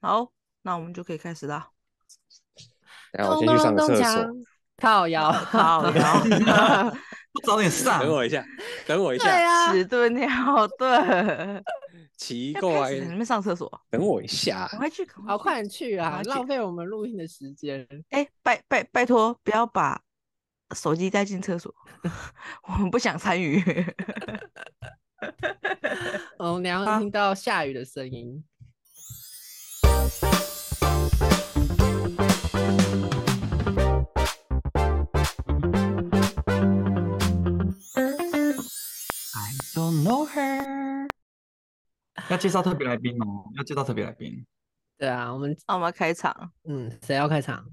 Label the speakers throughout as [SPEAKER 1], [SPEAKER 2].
[SPEAKER 1] 好，那我们就可以开始啦。
[SPEAKER 2] 等下我先去上个厕所，
[SPEAKER 3] 靠腰，
[SPEAKER 1] 好，然后
[SPEAKER 4] 不早点上
[SPEAKER 2] 等我一下，等我一
[SPEAKER 3] 对
[SPEAKER 2] 下，
[SPEAKER 3] 啊，
[SPEAKER 1] 迟钝尿遁，
[SPEAKER 2] 奇
[SPEAKER 1] 要开
[SPEAKER 2] 怪
[SPEAKER 1] 始，你哦们上厕所，
[SPEAKER 2] 等我一下，
[SPEAKER 1] 赶快去，赶
[SPEAKER 3] 好快
[SPEAKER 1] 去！
[SPEAKER 3] 去啊
[SPEAKER 1] 快，去
[SPEAKER 3] 浪费我们录音的时间。
[SPEAKER 1] 哎，拜拜拜托，不要把手机带进厕所， 我们不想参与。
[SPEAKER 3] 哦，娘
[SPEAKER 4] 啊
[SPEAKER 3] 听到下雨的声音，
[SPEAKER 4] I don't know her。要介绍特别来宾吗？要介绍特别来宾。
[SPEAKER 3] 对啊，我们
[SPEAKER 1] 那我们开场，
[SPEAKER 3] 嗯，谁要开场？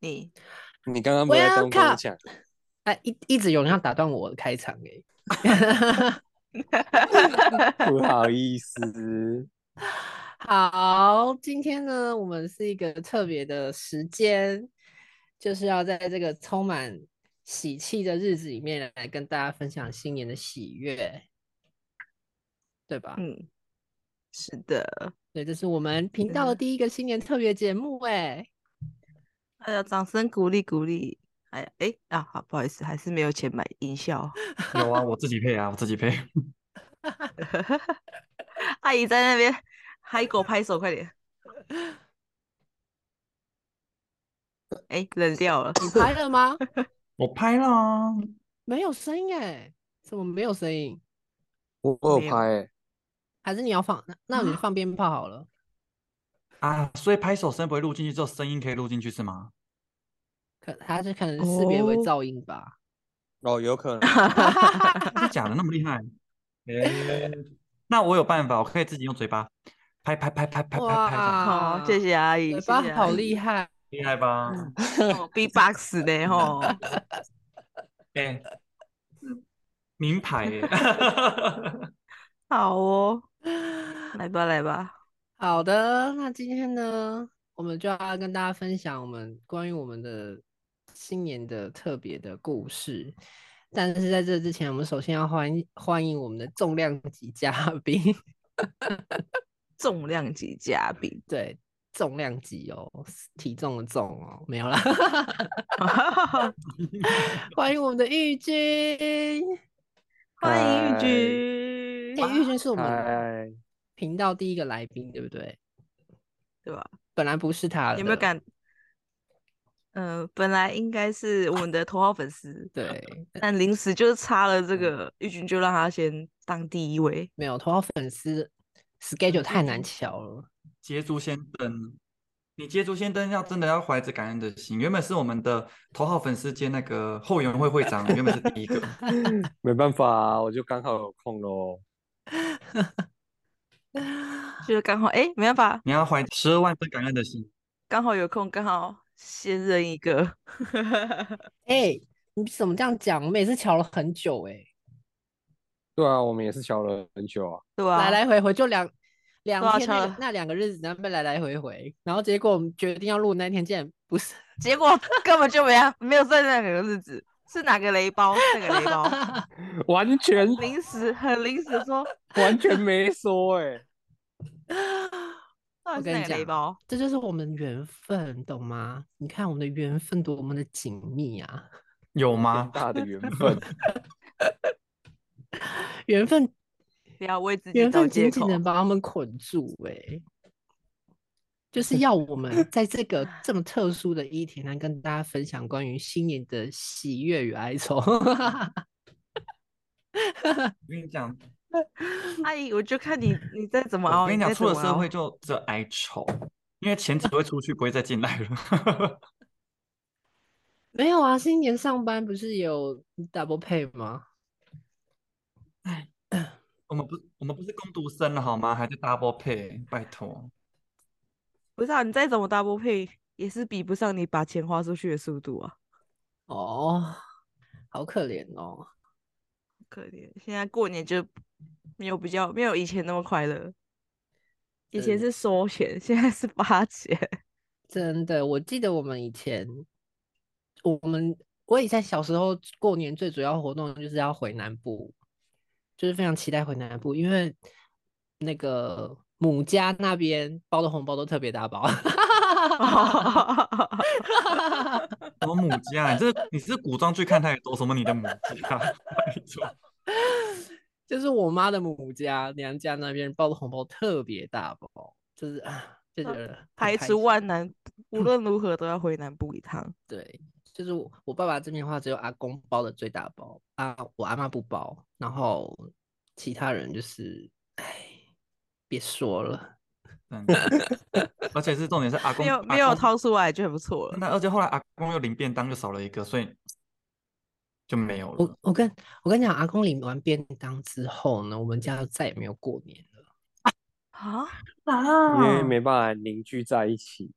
[SPEAKER 1] 你
[SPEAKER 2] 你刚刚不是在跟我
[SPEAKER 3] Welcome
[SPEAKER 2] 讲，
[SPEAKER 3] 哎，一一直有人要打断我的开场哎、
[SPEAKER 2] 不好意思，
[SPEAKER 3] 好，今天呢，我们是一个特别的时间，就是要在这个充满喜气的日子里面来跟大家分享新年的喜悦，对吧？
[SPEAKER 1] 嗯，是的，
[SPEAKER 3] 对，这是我们频道的
[SPEAKER 1] 嗯
[SPEAKER 3] 第一个新年特别节目哎、
[SPEAKER 1] 哎呀，掌声鼓励鼓励。哎呀，哎啊，好，不好意思，还是没有钱买音效。
[SPEAKER 4] 有啊，我自己配啊，我自己配。
[SPEAKER 1] 阿姨在那边嗨狗拍手，快 点！哎，冷掉了。
[SPEAKER 3] 你拍了吗？
[SPEAKER 4] 我拍啦，
[SPEAKER 3] 没有声音哎，怎么没有声音？
[SPEAKER 2] 我我有
[SPEAKER 1] 没有
[SPEAKER 2] 拍欸，
[SPEAKER 3] 还是你要放？那那你放鞭炮好了，
[SPEAKER 4] 啊，所以拍手声不会录进去，只有声音可以录进去是吗？
[SPEAKER 3] 可还是可能识别为
[SPEAKER 1] 哦
[SPEAKER 3] 噪音吧。
[SPEAKER 2] 哦，有可能，
[SPEAKER 4] 真的假的？那么 厉害？诶那我有办法，我可以自己用嘴巴拍拍拍拍拍拍拍掌，
[SPEAKER 1] 好，谢谢阿姨，
[SPEAKER 3] 嘴
[SPEAKER 1] 谢
[SPEAKER 3] 巴
[SPEAKER 1] 谢
[SPEAKER 3] 好
[SPEAKER 1] 阿
[SPEAKER 3] 厉
[SPEAKER 1] 姨
[SPEAKER 3] 害，
[SPEAKER 4] 厉害吧？
[SPEAKER 1] 哦，B-box 的吼，
[SPEAKER 4] 哎，名 牌耶！
[SPEAKER 1] 好哦，来吧来吧，
[SPEAKER 3] 好的，那今天呢，我们就要跟大家分享我们关于我们的新年的特别的故事。但是在这之前，我们首先要欢迎欢迎我们的重量级嘉宾，
[SPEAKER 1] 重量级嘉宾，
[SPEAKER 3] 对，重量级哦，体重的重哦，没有啦。 欢迎我们的玉君，
[SPEAKER 1] 欢迎玉
[SPEAKER 2] 嗨
[SPEAKER 1] 君，
[SPEAKER 3] 哎，玉君是我们
[SPEAKER 2] 嗨，
[SPEAKER 3] 频道第一个来宾，对不对？
[SPEAKER 1] 对吧？
[SPEAKER 3] 本来不是他的，
[SPEAKER 1] 有没有？感？呃，本来应该是我们的头号粉丝，
[SPEAKER 3] 对，
[SPEAKER 1] 但临时就是差了这个玉君，就让他先当第一位。
[SPEAKER 3] 没有头号粉丝 schedule 太难 瞧了。
[SPEAKER 4] 捷足先登，你捷足先登要真的要怀着感恩的心。原本是我们的头号粉丝兼那个后援会会 长，原本是第一个。
[SPEAKER 2] 没办法啊，我就刚好有空喽，
[SPEAKER 1] 就是刚好哎、诶没办法，
[SPEAKER 4] 你要怀十二万分感恩的心。
[SPEAKER 1] 刚好有空，刚好先认一个。
[SPEAKER 3] 哎、你怎么这样讲？我们也是瞧了很久哎、
[SPEAKER 2] 对啊，我们也是瞧了很久啊，
[SPEAKER 1] 对啊，
[SPEAKER 3] 来来回回就两两
[SPEAKER 1] 多少
[SPEAKER 3] 天
[SPEAKER 1] 瞧
[SPEAKER 3] 那
[SPEAKER 1] 了
[SPEAKER 3] 个那两个日子，然后被来来回回，然后结果我们决定要录那天，竟然不是。
[SPEAKER 1] 结果根本就没啊没有在那个日子，是哪个雷包？那个雷 包
[SPEAKER 2] 完全
[SPEAKER 1] 临时很临时说，
[SPEAKER 2] 完全没说哎，
[SPEAKER 1] 到底
[SPEAKER 3] 我
[SPEAKER 1] 是哪哦
[SPEAKER 3] 跟你
[SPEAKER 1] 个雷
[SPEAKER 3] 讲
[SPEAKER 1] 包？
[SPEAKER 3] 这就是我们缘分，懂吗？你看我们的缘分多么的紧密啊！
[SPEAKER 4] 有
[SPEAKER 2] 天
[SPEAKER 4] 吗？
[SPEAKER 2] 大的缘分，
[SPEAKER 3] 缘分，
[SPEAKER 1] 不要为自己
[SPEAKER 3] 缘
[SPEAKER 1] 找
[SPEAKER 3] 分
[SPEAKER 1] 借
[SPEAKER 3] 紧紧
[SPEAKER 1] 口。
[SPEAKER 3] 的把我们捆住、哎， 就是要我们在这个这么特殊的一天来跟大家分享关于新年的喜悦与哀愁。
[SPEAKER 4] 我跟你讲，
[SPEAKER 1] 阿姨，我就看你你再怎么熬，
[SPEAKER 4] 我跟你讲，
[SPEAKER 1] 再
[SPEAKER 4] 出
[SPEAKER 1] 怎
[SPEAKER 4] 了
[SPEAKER 1] 么啊
[SPEAKER 4] 社
[SPEAKER 1] 熬
[SPEAKER 4] 会就只有哀愁，因为钱只会出去，不会再进来了。
[SPEAKER 3] 没有啊，新年上班不是有 double pay 吗？
[SPEAKER 4] 我们不，我们不是工读生了好吗？还在 double pay，拜托。
[SPEAKER 1] 不是啊，你再怎么 double pay 也是比不上你把钱花出去的速度啊，
[SPEAKER 3] 哦，好可怜哦。
[SPEAKER 1] 可怜。现在过年就没有比较，没有以前那么快乐。以前是
[SPEAKER 3] 真
[SPEAKER 1] 收钱，现在是发钱。
[SPEAKER 3] 真的，我记得我们以前，我们我以前小时候过年最主要活动就是要回南部，就是非常期待回南部，因为那个母家那边包的红包都特别大包。
[SPEAKER 4] 什么母家？你这你是古装剧看太多，什么你的母家？ 拜托
[SPEAKER 3] 就是我妈的母家娘家那边包的红包特别大包，就是啊，就觉得很
[SPEAKER 1] 嗯排
[SPEAKER 3] 开
[SPEAKER 1] 除
[SPEAKER 3] 心
[SPEAKER 1] 万难，无论如何都要回南部一趟。
[SPEAKER 3] 对，就是我我爸爸这边的话，只有阿公包的最大包啊，我阿妈不包，然后其他人就是，哎，别说了，
[SPEAKER 4] 真的，而且是重点是阿公
[SPEAKER 1] 没有
[SPEAKER 4] 阿
[SPEAKER 1] 没有
[SPEAKER 4] 公
[SPEAKER 1] 掏出来就很不错了。
[SPEAKER 4] 那而且后来阿公又领便当，又少了一个，所以就没有了
[SPEAKER 3] 我。我跟我跟你讲，阿公领完便当之后呢，我们家就再也没有过年了。
[SPEAKER 1] 啊，
[SPEAKER 2] 因为
[SPEAKER 4] 啊
[SPEAKER 2] 没办法凝聚在一起。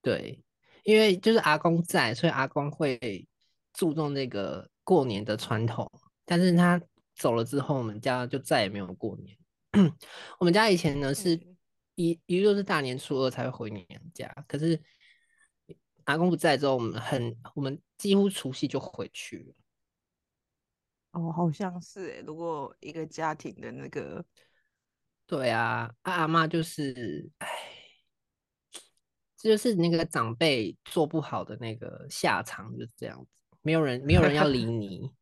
[SPEAKER 3] 对，因为就是阿公在，所以阿公会注重这个过年的传统。但是他走了之后，我们家就再也没有过年。 我们家以前呢是
[SPEAKER 1] 嗯
[SPEAKER 3] 一一路是大年初二才会回娘家，可是阿公不在之后，我们很我们几乎除夕就回去了。
[SPEAKER 1] 哦，好像是诶，如果一个家庭的那个，
[SPEAKER 3] 对啊，啊阿嬷就是，哎，这就是那个长辈做不好的那个下场，就是这样子，没有人没有人要理你。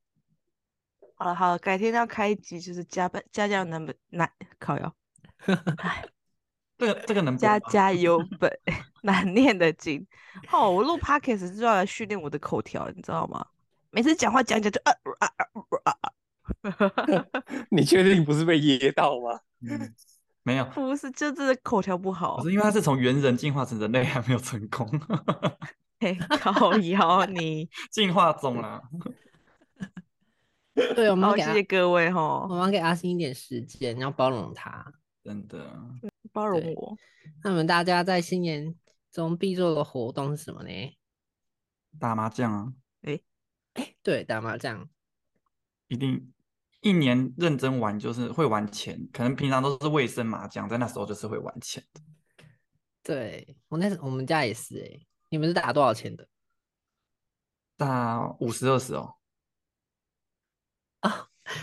[SPEAKER 1] 好了好了，改天要开一集，就是家班家教能本难考哟，
[SPEAKER 4] 这个这个能播
[SPEAKER 1] 家
[SPEAKER 4] 吗
[SPEAKER 1] 家有本难念的经。哦，我录 podcast 是要来训练我的口条，你知道吗？每次讲话讲一讲就啊啊啊啊啊啊，
[SPEAKER 2] 你确定不是被噎到吗？
[SPEAKER 4] 嗯没有，
[SPEAKER 1] 不是，就真的口条不好
[SPEAKER 4] 我。是因为他是从猿人进化成人类，还没有成功，
[SPEAKER 1] 嘿，靠腰你。
[SPEAKER 4] 进化中啦。
[SPEAKER 3] 对，我们要
[SPEAKER 1] 好，哦
[SPEAKER 3] 给哦
[SPEAKER 1] 谢
[SPEAKER 3] 阿
[SPEAKER 1] 谢各位哈、
[SPEAKER 3] 我们要给阿星一点时间，要包容他。
[SPEAKER 4] 真的，
[SPEAKER 1] 包容
[SPEAKER 3] 对
[SPEAKER 1] 我。
[SPEAKER 3] 那么大家在新年中必做的活动是什么呢？
[SPEAKER 4] 打麻将啊，
[SPEAKER 3] 对，打麻将。
[SPEAKER 4] 一定一年认真玩，就是会玩钱，可能平常都是卫生麻将，在那时候就是会玩钱的。
[SPEAKER 3] 对我那时我们家也是哎、你们是打多少钱的？
[SPEAKER 4] 打五十二十哦，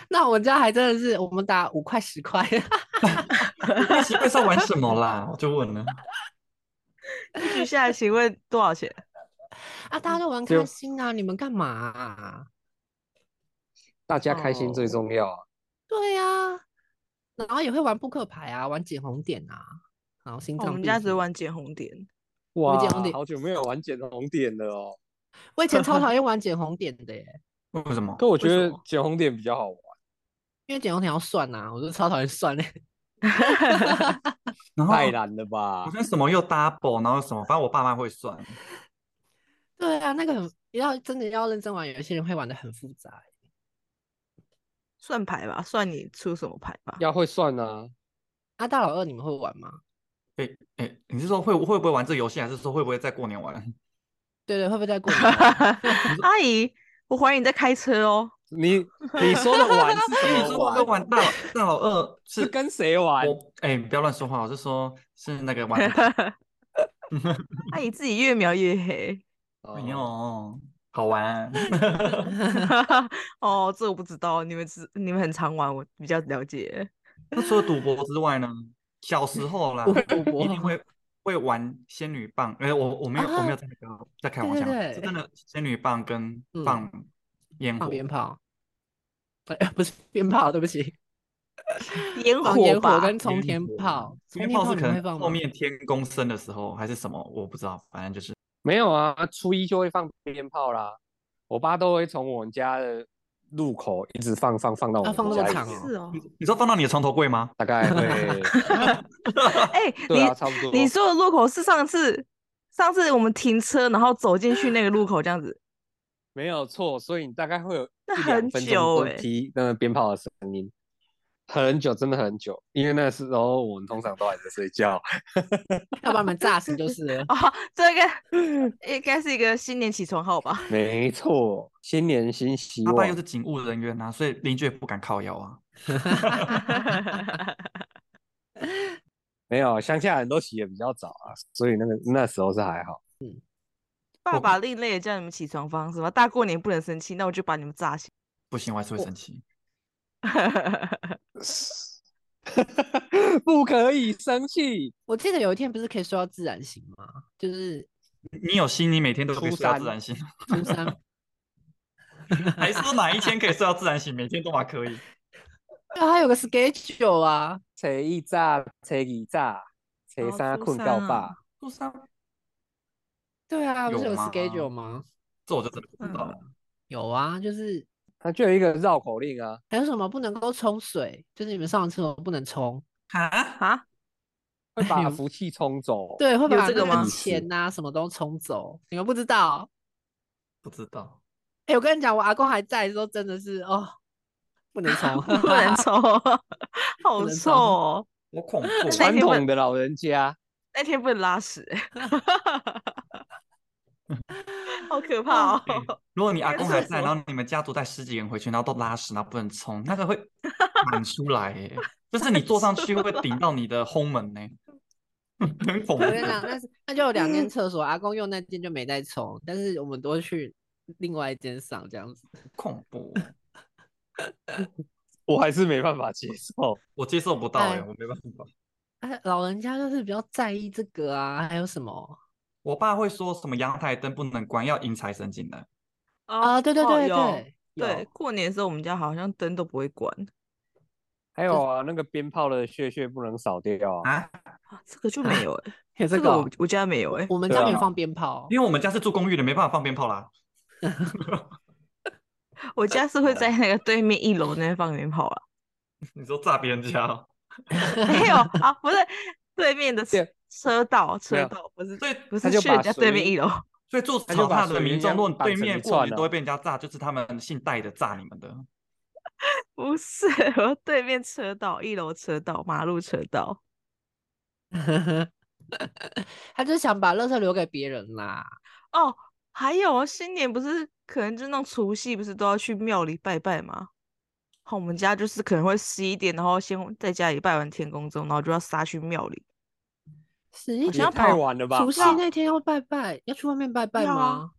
[SPEAKER 3] 那我家还真的是我们打五块十块，
[SPEAKER 4] 一起会在玩什么啦？我就问了，
[SPEAKER 1] 接下来请问多少钱？
[SPEAKER 3] 啊，大家都玩
[SPEAKER 2] 就
[SPEAKER 3] 开心啊，你们干嘛、啊？
[SPEAKER 2] 大家开心最
[SPEAKER 1] 哦
[SPEAKER 2] 重要啊！
[SPEAKER 3] 对呀、然后也会玩扑克牌啊，玩捡红点啊，然后心
[SPEAKER 1] 哦我
[SPEAKER 3] 脏、
[SPEAKER 1] 们家只玩，捡红点，
[SPEAKER 3] 我们
[SPEAKER 2] 哇
[SPEAKER 3] 捡红点，
[SPEAKER 2] 好久没有玩捡红点了哦。
[SPEAKER 3] 我以前 超讨厌玩捡红点的耶、欸
[SPEAKER 4] 为什么？
[SPEAKER 2] 可我
[SPEAKER 3] 为
[SPEAKER 2] 觉
[SPEAKER 3] 什
[SPEAKER 2] 得
[SPEAKER 3] 么
[SPEAKER 2] 捡红点比较好玩。
[SPEAKER 3] 因为捡红点要算呐、啊，我就超讨厌算嘞、
[SPEAKER 4] 然后
[SPEAKER 2] 太难了吧
[SPEAKER 4] 好？像什么又 double，然后什么，反正我爸妈会算。
[SPEAKER 3] 对啊，那个很要真的要认真玩，有些人会玩的很复杂欸、
[SPEAKER 1] 算牌吧，算你出什么牌吧。
[SPEAKER 2] 要会算啊，
[SPEAKER 3] 啊，大老二你们会玩吗？
[SPEAKER 4] 哎、你是说会会不会玩这个游戏，还是说会不会在过 年玩？
[SPEAKER 3] 对对，会不会在过年 玩？
[SPEAKER 1] 阿姨，我怀疑你在开车哦。
[SPEAKER 2] 你你说的玩是
[SPEAKER 4] 跟
[SPEAKER 2] 什
[SPEAKER 4] 你
[SPEAKER 2] 么
[SPEAKER 4] 说会不会
[SPEAKER 2] 玩？
[SPEAKER 4] 玩大 老大老二是
[SPEAKER 2] 是跟谁玩？
[SPEAKER 4] 我哎、你不要乱说话，我是说，是那 个玩
[SPEAKER 1] 阿啊姨自己越描越黑。
[SPEAKER 4] 没
[SPEAKER 2] 哦
[SPEAKER 4] 有好玩，
[SPEAKER 1] 哦，这我不知道，你们只你们很常玩，我比较了解。
[SPEAKER 4] 那除了赌博之外呢？小时候啦，
[SPEAKER 3] 赌博
[SPEAKER 4] 一定会会玩仙女棒。哎、我我没有、我没有
[SPEAKER 3] 啊
[SPEAKER 4] 在那个在开玩
[SPEAKER 3] 对
[SPEAKER 4] 笑，
[SPEAKER 3] 对
[SPEAKER 4] 是
[SPEAKER 3] 对
[SPEAKER 4] 真的仙女棒跟
[SPEAKER 3] 嗯
[SPEAKER 4] 放烟
[SPEAKER 3] 放
[SPEAKER 4] 火。
[SPEAKER 3] 鞭炮，对，不是鞭炮，对不 起，
[SPEAKER 1] 烟
[SPEAKER 3] 放
[SPEAKER 1] 火
[SPEAKER 3] 哦烟火
[SPEAKER 1] 吧
[SPEAKER 3] 跟冲
[SPEAKER 4] 烟
[SPEAKER 3] 天
[SPEAKER 4] 火
[SPEAKER 3] 炮，冲
[SPEAKER 4] 鞭
[SPEAKER 3] 天
[SPEAKER 4] 炮是
[SPEAKER 3] 你
[SPEAKER 4] 可
[SPEAKER 3] 们会
[SPEAKER 4] 能
[SPEAKER 3] 放
[SPEAKER 4] 后
[SPEAKER 3] 吗？
[SPEAKER 4] 面天公生的时候还是什么，我不知道，反正就是
[SPEAKER 2] 没有啊，初一就会放鞭炮啦。我爸都会从我们家的入口一直放放放到我
[SPEAKER 3] 啊
[SPEAKER 2] 们
[SPEAKER 3] 放那么
[SPEAKER 2] 家里
[SPEAKER 3] 长
[SPEAKER 2] 面
[SPEAKER 3] 哦
[SPEAKER 1] 是哦。
[SPEAKER 4] 你说放到你的床头柜吗？
[SPEAKER 2] 大 概会
[SPEAKER 1] 哎、
[SPEAKER 2] 对啊，差不多。
[SPEAKER 1] 你你说的路口是上次上次我们停车，然后走进去那个路口这样子。
[SPEAKER 2] 没有错，所以你大概会有
[SPEAKER 1] 那
[SPEAKER 2] 一两
[SPEAKER 1] 很
[SPEAKER 2] 分
[SPEAKER 1] 久
[SPEAKER 2] 钟都
[SPEAKER 1] 欸。
[SPEAKER 2] 踢那个鞭炮的声音，很久，真的很久。因为那时候我们通常都还在睡觉。
[SPEAKER 3] 要把你们炸死就是 了
[SPEAKER 1] 哦，这个应该是一个新年起床号 吧？
[SPEAKER 2] 没错，新年新希
[SPEAKER 4] 他爸
[SPEAKER 2] 望
[SPEAKER 4] 啊又。是警务人员啊，所以邻居也不敢靠腰啊。
[SPEAKER 2] 没有，乡下人都起得比较早啊，所以那个那时候是还好。
[SPEAKER 1] 爸爸另类的叫你们起床方式吗？大过年不能生气，那我就把你们炸醒。
[SPEAKER 4] 不行，我还是会生气。
[SPEAKER 2] 不可以生气。
[SPEAKER 3] 我记得有一天不是可以睡到自然醒吗？就是
[SPEAKER 4] 你有心，你每天都可以睡到自然醒，
[SPEAKER 3] 初三
[SPEAKER 4] 还是说哪一天可以睡到自然醒，每天都嘛可以？
[SPEAKER 3] 对啊，还有个 schedule 啊，
[SPEAKER 2] 初一早，初二早，
[SPEAKER 3] 哦
[SPEAKER 2] 初三困到
[SPEAKER 3] 啊
[SPEAKER 2] 饱。
[SPEAKER 4] 初三，
[SPEAKER 3] 对啊，不是
[SPEAKER 4] 有
[SPEAKER 3] 有个
[SPEAKER 4] 吗
[SPEAKER 3] schedule 吗？
[SPEAKER 4] 这我就真的不知道了。
[SPEAKER 3] 有啊，就是
[SPEAKER 2] 它就有一个绕口令啊，
[SPEAKER 3] 还有什么不能够冲水，就是你们上完厕所不能冲，
[SPEAKER 4] 啊，
[SPEAKER 1] 啊，
[SPEAKER 2] 会把
[SPEAKER 3] 有
[SPEAKER 2] 福气冲走。，
[SPEAKER 3] 哎对，会
[SPEAKER 1] 有
[SPEAKER 3] 把
[SPEAKER 1] 这个
[SPEAKER 3] 那
[SPEAKER 1] 吗
[SPEAKER 3] 钱呐、什么都冲走，你们不知道。
[SPEAKER 4] 不知道，
[SPEAKER 3] 哎、我跟你讲，我阿公还在的时候真的是哦，不能 冲，
[SPEAKER 1] 不能抽，好
[SPEAKER 3] 能抽
[SPEAKER 1] 臭哦！
[SPEAKER 4] 我 恐怖。
[SPEAKER 1] 那
[SPEAKER 2] 传
[SPEAKER 1] 你
[SPEAKER 2] 统
[SPEAKER 1] 问
[SPEAKER 2] 的老人家，
[SPEAKER 1] 那天不能拉屎，欸 好可怕哦！
[SPEAKER 4] 如果你阿
[SPEAKER 1] 该
[SPEAKER 4] 公
[SPEAKER 1] 厕
[SPEAKER 4] 还在，
[SPEAKER 1] 所
[SPEAKER 4] 然后你们家族带十几个人回去，然后都拉屎，然后不能冲，那个会满出来耶，就是你坐上去会顶到你的轰门呢， 很恐怖
[SPEAKER 3] 我。跟你讲，那是那就有两间厕所，阿公用那间就没再冲，但是我们都去另外一间上这样子。
[SPEAKER 4] 恐怖，
[SPEAKER 2] 我还是没办法接受。
[SPEAKER 4] 我接受不到哎，
[SPEAKER 3] 哎
[SPEAKER 4] 我没办法。
[SPEAKER 3] 哎，老人家就是比较在意这个啊，还有什么
[SPEAKER 4] 我爸会说什么阳台灯不能关，要迎财神进来。
[SPEAKER 3] 啊？
[SPEAKER 1] 啊
[SPEAKER 3] 对对对
[SPEAKER 1] 有
[SPEAKER 3] 对，
[SPEAKER 1] 对
[SPEAKER 3] 有，
[SPEAKER 1] 过年的时候我们家好像灯都不会关
[SPEAKER 2] 还有啊，那个鞭炮的屑屑不能扫掉啊。
[SPEAKER 4] 啊，
[SPEAKER 1] 啊，这个就没有哎，
[SPEAKER 3] 有
[SPEAKER 1] 这
[SPEAKER 3] 个
[SPEAKER 1] 个
[SPEAKER 3] 哦、
[SPEAKER 1] 我我家没有哎，
[SPEAKER 3] 我们
[SPEAKER 2] 对
[SPEAKER 3] 家没有
[SPEAKER 2] 啊
[SPEAKER 3] 放鞭 炮，
[SPEAKER 4] 因为我们家是住公寓的，没办法放鞭炮啦。
[SPEAKER 1] 我家是会在那个对面一楼那边放鞭炮啊，
[SPEAKER 4] 你说炸别人家哦，
[SPEAKER 1] 没有啊，不是对面的车
[SPEAKER 2] 对
[SPEAKER 1] 车道
[SPEAKER 2] 没
[SPEAKER 1] 车
[SPEAKER 2] 有
[SPEAKER 1] 道，不是
[SPEAKER 4] 所以
[SPEAKER 1] 不
[SPEAKER 2] 他
[SPEAKER 1] 是
[SPEAKER 2] 就
[SPEAKER 1] 去
[SPEAKER 2] 把
[SPEAKER 1] 人家对面
[SPEAKER 2] 水
[SPEAKER 1] 一楼，
[SPEAKER 4] 所以住
[SPEAKER 2] 他就
[SPEAKER 4] 草
[SPEAKER 2] 把
[SPEAKER 4] 踏的
[SPEAKER 2] 水
[SPEAKER 4] 民
[SPEAKER 2] 一
[SPEAKER 4] 众，
[SPEAKER 2] 样
[SPEAKER 4] 如果
[SPEAKER 2] 绑
[SPEAKER 4] 对
[SPEAKER 2] 成
[SPEAKER 4] 面
[SPEAKER 2] 一
[SPEAKER 4] 过
[SPEAKER 2] 串
[SPEAKER 4] 年
[SPEAKER 2] 啊
[SPEAKER 4] 都会被人家炸，就是他们姓戴的炸你们的。
[SPEAKER 1] 不是我对面车道一楼车道马路车道，
[SPEAKER 3] 他就是想把垃圾留给别人啦。
[SPEAKER 1] 哦，还有啊新年不是可能就那种除夕不是都要去庙里拜拜吗？好，我们家就是可能会十一点，然后先在家里拜完天公之后，然后就要杀去庙里。
[SPEAKER 3] 十一
[SPEAKER 2] 也
[SPEAKER 3] 点
[SPEAKER 2] 太晚了吧？
[SPEAKER 3] 除夕那天要拜拜，要去外面拜拜
[SPEAKER 1] 要
[SPEAKER 3] 吗？
[SPEAKER 1] 啊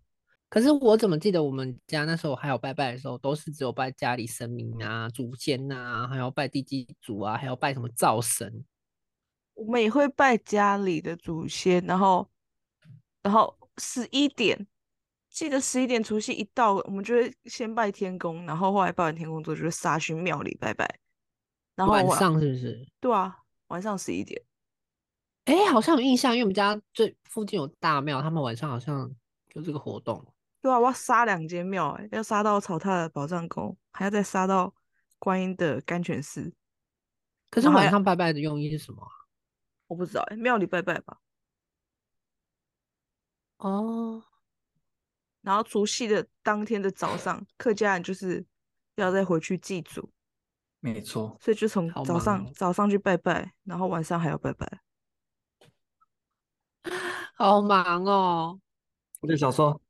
[SPEAKER 3] 可是我怎么记得我们家那时候还有拜拜的时候，都是只有拜家里神明啊、祖先啊，还要拜地基主啊，还要拜什么灶神。
[SPEAKER 1] 我们也会拜家里的祖先，然后，然后十一点，记得十一点除夕一到，我们就会先拜天公，然后后来拜完天公之后，就会杀去庙里拜拜。然后
[SPEAKER 3] 晚
[SPEAKER 1] 晚
[SPEAKER 3] 上是不是？
[SPEAKER 1] 对啊，晚上十一点，
[SPEAKER 3] 哎、好像有印象，因为我们家最附近有大庙，他们晚上好像有这个活动。
[SPEAKER 1] 对啊，我要杀两间庙、欸，要杀到草踏的宝藏宫，还要再杀到观音的甘泉寺。
[SPEAKER 3] 可是
[SPEAKER 1] 然后
[SPEAKER 3] 晚
[SPEAKER 1] 还
[SPEAKER 3] 上拜拜的用意是什么啊？
[SPEAKER 1] 我不知道、欸，庙里拜拜吧。
[SPEAKER 3] 哦，
[SPEAKER 1] 然后除夕的当天的早上，客家人就是要再回去祭祖，
[SPEAKER 4] 没错，
[SPEAKER 1] 所以就从
[SPEAKER 3] 好
[SPEAKER 1] 早
[SPEAKER 3] 忙
[SPEAKER 1] 上
[SPEAKER 3] 哦
[SPEAKER 1] 早上去拜拜，然后晚上还要拜拜。
[SPEAKER 3] 好忙哦，
[SPEAKER 4] 我就小时候，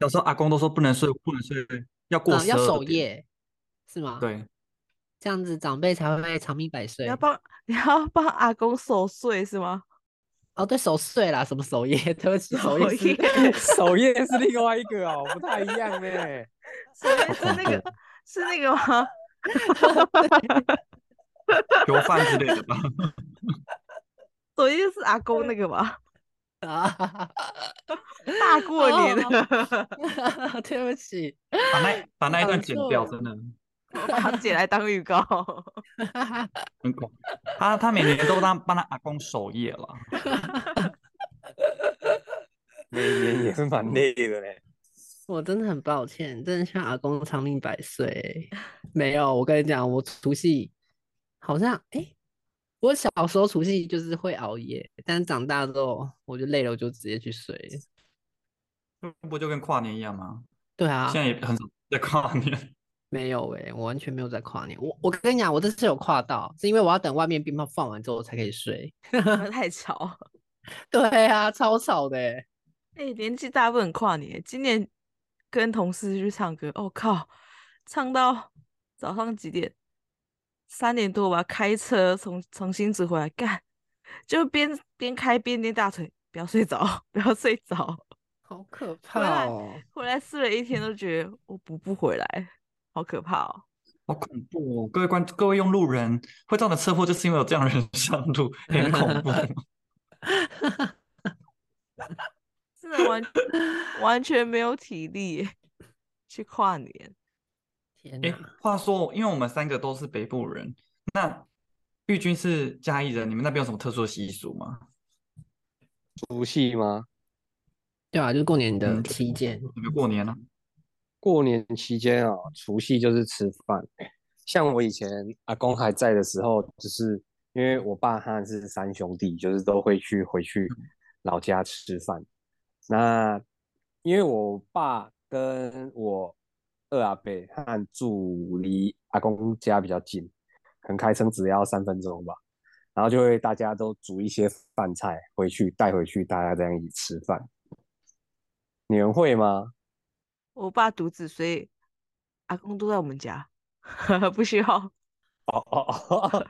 [SPEAKER 4] 小时候阿公都说不能睡，不能睡，要过
[SPEAKER 3] 嗯，要
[SPEAKER 4] 12
[SPEAKER 3] 守
[SPEAKER 4] 点。
[SPEAKER 3] 夜是吗？，
[SPEAKER 4] 对，
[SPEAKER 3] 这样子长辈才会长命百岁
[SPEAKER 1] 你要。帮你要帮阿公守岁是吗？
[SPEAKER 3] 哦，对，守岁啦，什么守夜？ 对不起，守夜
[SPEAKER 1] 守
[SPEAKER 3] 是
[SPEAKER 1] 夜
[SPEAKER 2] 首页是另外一个哦，不太一样呢、
[SPEAKER 1] 是是那个 是那个吗？
[SPEAKER 4] 油饭之类的 吧。
[SPEAKER 1] 昨天是阿公那个吧？
[SPEAKER 3] 啊，
[SPEAKER 1] 大过年
[SPEAKER 3] 哦
[SPEAKER 1] 的，
[SPEAKER 3] 对不起，
[SPEAKER 4] 把那把那一段剪掉，
[SPEAKER 3] 好哦
[SPEAKER 4] 真的
[SPEAKER 1] 我 把它姐来当预告。
[SPEAKER 4] 很恐怖。他他每年都当帮他阿公守夜了，
[SPEAKER 2] 每年也是蛮累的嘞、
[SPEAKER 3] 我真的很抱歉，真的希望阿公长命百岁。没有，我跟你讲，我除夕好像哎、我小时候除夕就是会熬夜，但是长大之后我就累了，我就直接去睡了。
[SPEAKER 4] 不就跟跨年一样吗？
[SPEAKER 3] 对啊，
[SPEAKER 4] 现在也很少在跨年。
[SPEAKER 3] 没有哎、我完全没有在跨年。我我跟你讲，我这次有跨到，是因为我要等外面鞭炮放完之后我才可以睡。
[SPEAKER 1] 不要太吵，
[SPEAKER 3] 对啊，超吵的、欸。
[SPEAKER 1] 哎、年纪大不能跨年。今年跟同事去唱歌，我、靠，唱到早上几点？三点多吧，开车从从新竹回来，干，就边边开边捏大腿，不要睡着， 不要睡着。
[SPEAKER 3] 好可
[SPEAKER 1] 来
[SPEAKER 3] 怕哦！
[SPEAKER 1] 回来试了一天，都觉得我补不回来，好可怕哦！
[SPEAKER 4] 好恐怖哦！各位观各位用路人会造成车祸，就是因为有这样的人 上路，很恐怖。
[SPEAKER 1] 真的完完全没有体力耶去跨年。
[SPEAKER 3] 天
[SPEAKER 4] 哎、
[SPEAKER 3] 哪，
[SPEAKER 4] 话说，因为我们三个都是北部人，那玉君是嘉义人，你们那边有什么特殊的习俗吗？
[SPEAKER 2] 除夕吗？
[SPEAKER 3] 对啊，就是过年的
[SPEAKER 4] 嗯就
[SPEAKER 3] 期间，
[SPEAKER 4] 你们过年呢、啊
[SPEAKER 2] 过年期间啊，除夕就是吃饭。像我以前阿公还在的时候，就是因为我爸他是三兄弟，就是都会去回去老家吃饭。那因为我爸跟我二阿伯他住离阿公家比较近，可能开车只要三分钟吧，然后就会大家都煮一些饭菜回去带回去，大家这样一起吃饭。你们会吗？
[SPEAKER 1] 我爸独子，所以阿公都在我们家， 不需要。
[SPEAKER 2] 哦哦哦，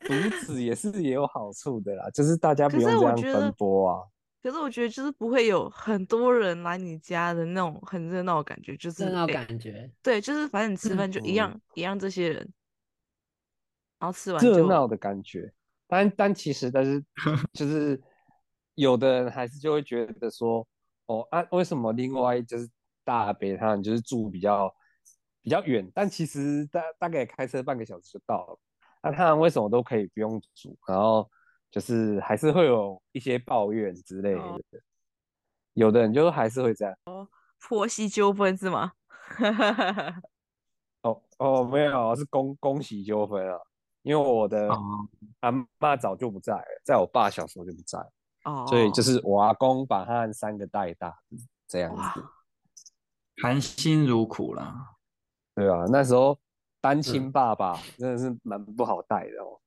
[SPEAKER 2] 独子也是也有好处的啦，就是大家不
[SPEAKER 1] 可
[SPEAKER 2] 用
[SPEAKER 1] 是
[SPEAKER 2] 这
[SPEAKER 1] 我
[SPEAKER 2] 样
[SPEAKER 1] 觉
[SPEAKER 2] 奔
[SPEAKER 1] 得
[SPEAKER 2] 波啊。
[SPEAKER 1] 可是我觉得就是不会有很多人来你家的那种很热闹的感觉，就是
[SPEAKER 3] 热闹
[SPEAKER 1] 诶
[SPEAKER 3] 感觉。
[SPEAKER 1] 对，就是反正你吃饭就一
[SPEAKER 2] 嗯
[SPEAKER 1] 样一样这些人，然后吃完
[SPEAKER 2] 热
[SPEAKER 1] 就
[SPEAKER 2] 闹的感觉。但但其实，但是就是有的人还是就会觉得说，哦啊，为什么另外就是大北他们就是住比较比较远，但其实大大概开车半个小时就到了，那、他们为什么都可以不用煮，然后就是还是会有一些抱怨之类的，
[SPEAKER 1] 哦
[SPEAKER 2] 有的人就还是会这样。
[SPEAKER 1] 婆媳纠纷是吗？
[SPEAKER 2] 哦哦，没有，是恭恭喜纠纷啊，因为我的
[SPEAKER 4] 哦
[SPEAKER 2] 阿妈早就不在了，在我爸小时候就不在了，
[SPEAKER 1] 哦，
[SPEAKER 2] 所以就是我阿公把他们三个带大，这样
[SPEAKER 1] 哇
[SPEAKER 2] 子，
[SPEAKER 4] 含辛茹苦啦。
[SPEAKER 2] 对啊，那时候单亲爸爸真的是蛮不好带的哦，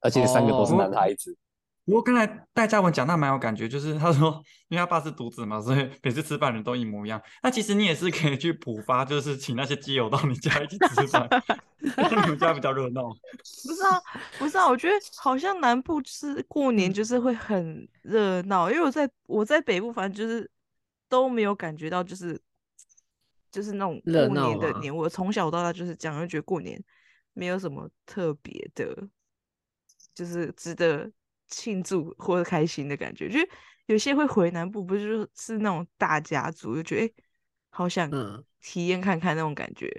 [SPEAKER 2] 而且三个都是
[SPEAKER 3] 哦
[SPEAKER 2] 男孩子，
[SPEAKER 4] 不过刚才戴嘉文讲到蛮有感觉，就是他说，因为他爸是独子嘛，所以每次吃饭人都一模一样。那其实你也是可以去补发，就是请那些基友到你家一起吃饭， 让你们家比较热闹。
[SPEAKER 1] 不是啊，不是啊，我觉得好像南部就是过年
[SPEAKER 3] 嗯
[SPEAKER 1] 就是会很热闹，因为我在我在北部，反正就是都没有感觉到就是就是那种
[SPEAKER 3] 热
[SPEAKER 1] 过
[SPEAKER 3] 闹
[SPEAKER 1] 年的
[SPEAKER 3] 吗
[SPEAKER 1] 年味。我从小到大就是这样，就觉得过年没有什么特别的，就是值得庆祝或者开心的感觉。就是有些会回南部，不是说是那种大家族，就觉得哎、诶好想
[SPEAKER 3] 嗯
[SPEAKER 1] 体验看看那种感觉。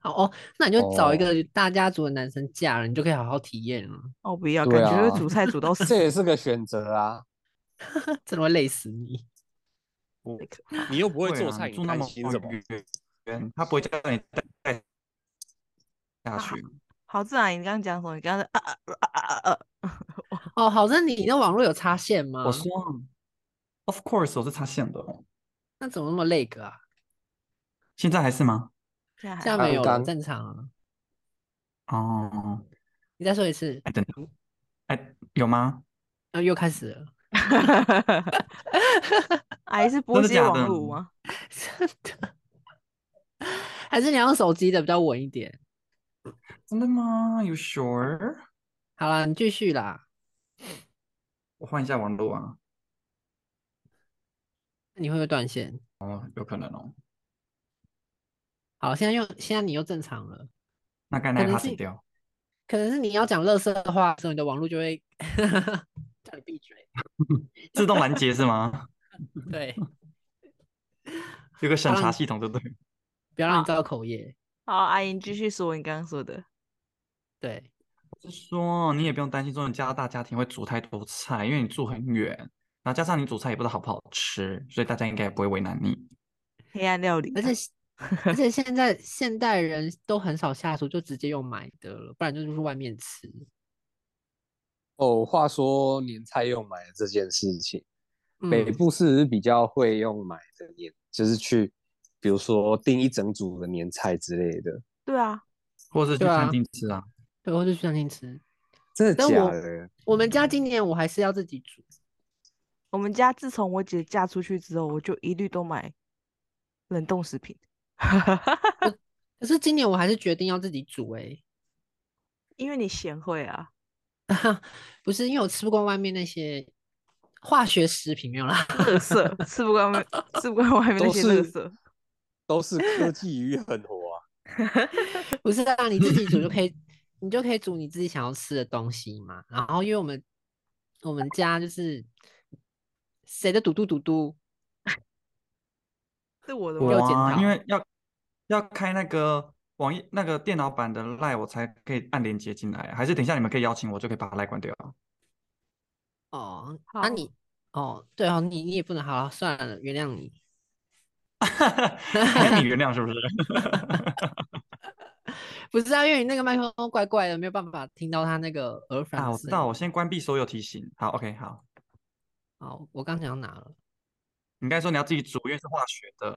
[SPEAKER 3] 好哦，那你就找一
[SPEAKER 2] 哦
[SPEAKER 3] 个大家族的男生嫁了，你就可以好好体验了。
[SPEAKER 1] 哦，不要，
[SPEAKER 2] 对
[SPEAKER 1] 感觉
[SPEAKER 2] 啊
[SPEAKER 1] 会煮菜煮到死
[SPEAKER 2] 这。也是个选择 啊。
[SPEAKER 3] 真的会累死你。
[SPEAKER 2] 啊你又不
[SPEAKER 4] 不你啊住那么远，他不会叫你带带下去。
[SPEAKER 1] 好，自然，你刚刚讲什么？你刚刚啊啊啊啊啊啊！
[SPEAKER 3] 哦，好像你那网络有插线吗？
[SPEAKER 4] 我说，Of course，我是插线的哦。
[SPEAKER 3] 那怎么那么累个啊？
[SPEAKER 4] 现在还是吗？
[SPEAKER 1] 现在还
[SPEAKER 3] 现在
[SPEAKER 1] 好
[SPEAKER 3] 没有了，
[SPEAKER 2] 刚
[SPEAKER 3] 正常啊。
[SPEAKER 4] 哦，
[SPEAKER 3] 你再说一次，
[SPEAKER 4] 哎，等，哎，有吗？
[SPEAKER 3] 啊，又开始了，
[SPEAKER 1] 阿姨 是拨
[SPEAKER 4] 真的
[SPEAKER 1] 接
[SPEAKER 4] 假
[SPEAKER 1] 网
[SPEAKER 4] 的
[SPEAKER 1] 路吗？
[SPEAKER 3] 真的。 还是你要用手机的比较稳一点。
[SPEAKER 4] 真的吗？You sure？
[SPEAKER 3] 好啦，你继续啦。
[SPEAKER 4] 我换一下网络啊，
[SPEAKER 3] 你会不会断线？
[SPEAKER 4] 有可能哦。
[SPEAKER 3] 好，现在又现在你又正常了，
[SPEAKER 4] 那该
[SPEAKER 3] 可
[SPEAKER 4] 那
[SPEAKER 3] 能
[SPEAKER 4] 他
[SPEAKER 3] 是
[SPEAKER 4] 死掉。
[SPEAKER 3] 可能是你要讲乐色的话，所以你的网络就会 叫你闭嘴。
[SPEAKER 4] 自动拦截是吗？
[SPEAKER 3] 对，
[SPEAKER 4] 有个审
[SPEAKER 3] 好了
[SPEAKER 4] 查
[SPEAKER 3] 你
[SPEAKER 4] 系统，对不对？
[SPEAKER 3] 不要让你
[SPEAKER 1] 好
[SPEAKER 3] 造口业。
[SPEAKER 1] 好，阿姨你继续说你刚刚说的。
[SPEAKER 3] 对，
[SPEAKER 4] 是说你也不用担心说你加拿大家庭会煮太多菜，因为你住很远，然后加上你煮菜也不知道好不好吃，所以大家应该也不会为难你。
[SPEAKER 1] 黑暗料理啊，
[SPEAKER 3] 而
[SPEAKER 2] 哎
[SPEAKER 3] 且而且现在现代人都很少下厨，就直接用买的了，不然就是去外面吃。
[SPEAKER 2] 哦，话说年菜用买的这件事情，
[SPEAKER 3] 嗯
[SPEAKER 2] 北部是不是比较会用买的年，就是去比如说订一整组的年菜之类的，
[SPEAKER 1] 对啊，
[SPEAKER 4] 或者是去
[SPEAKER 3] 对
[SPEAKER 4] 餐
[SPEAKER 3] 啊
[SPEAKER 4] 厅吃啊，
[SPEAKER 3] 对，或者去餐厅吃。
[SPEAKER 2] 真的
[SPEAKER 3] 但
[SPEAKER 2] 假
[SPEAKER 3] 我
[SPEAKER 2] 的？
[SPEAKER 3] 我们家今年我还是要自己煮，
[SPEAKER 1] 我们家自从我姐嫁出去之后，我就一律都买冷冻食品，
[SPEAKER 3] 可是今年我还是决定要自己煮诶、
[SPEAKER 1] 因为你贤惠啊。
[SPEAKER 3] 不是因为我吃不惯外面那些化学食品没有啦，
[SPEAKER 1] 垃圾吃不惯外，吃不惯外面那
[SPEAKER 2] 都
[SPEAKER 1] 些
[SPEAKER 2] 是
[SPEAKER 1] 垃圾。
[SPEAKER 2] 都是科技与狠活啊！
[SPEAKER 3] 不是让你自己煮就可 以，你就可以煮你自己想要吃的东西嘛。然后因为我们我们家就是谁的嘟嘟嘟嘟，
[SPEAKER 1] 是我的
[SPEAKER 3] 我
[SPEAKER 1] 吗？
[SPEAKER 3] 有检
[SPEAKER 4] 哇，
[SPEAKER 3] 讨
[SPEAKER 4] 因为要要开那个网页那个电脑版的 Line，我才可以按连接进来。还是等一下你们可以邀请我，就可以把 Line 关掉。
[SPEAKER 3] 哦，那、
[SPEAKER 1] 好
[SPEAKER 3] 你哦，对哦，你你也不能好了，算了，原谅你。
[SPEAKER 4] 那你原谅 是不是？
[SPEAKER 3] 不是啊，因为你那个麦克风怪怪的，没有办法听到他那个耳返
[SPEAKER 4] 啊，
[SPEAKER 3] 的
[SPEAKER 4] 我知
[SPEAKER 3] 声
[SPEAKER 4] 道，我
[SPEAKER 3] 音
[SPEAKER 4] 先关闭所有提醒。好，OK，好。
[SPEAKER 3] 好，我刚讲到哪了
[SPEAKER 4] 你刚才说你要自己煮，因为是化学的。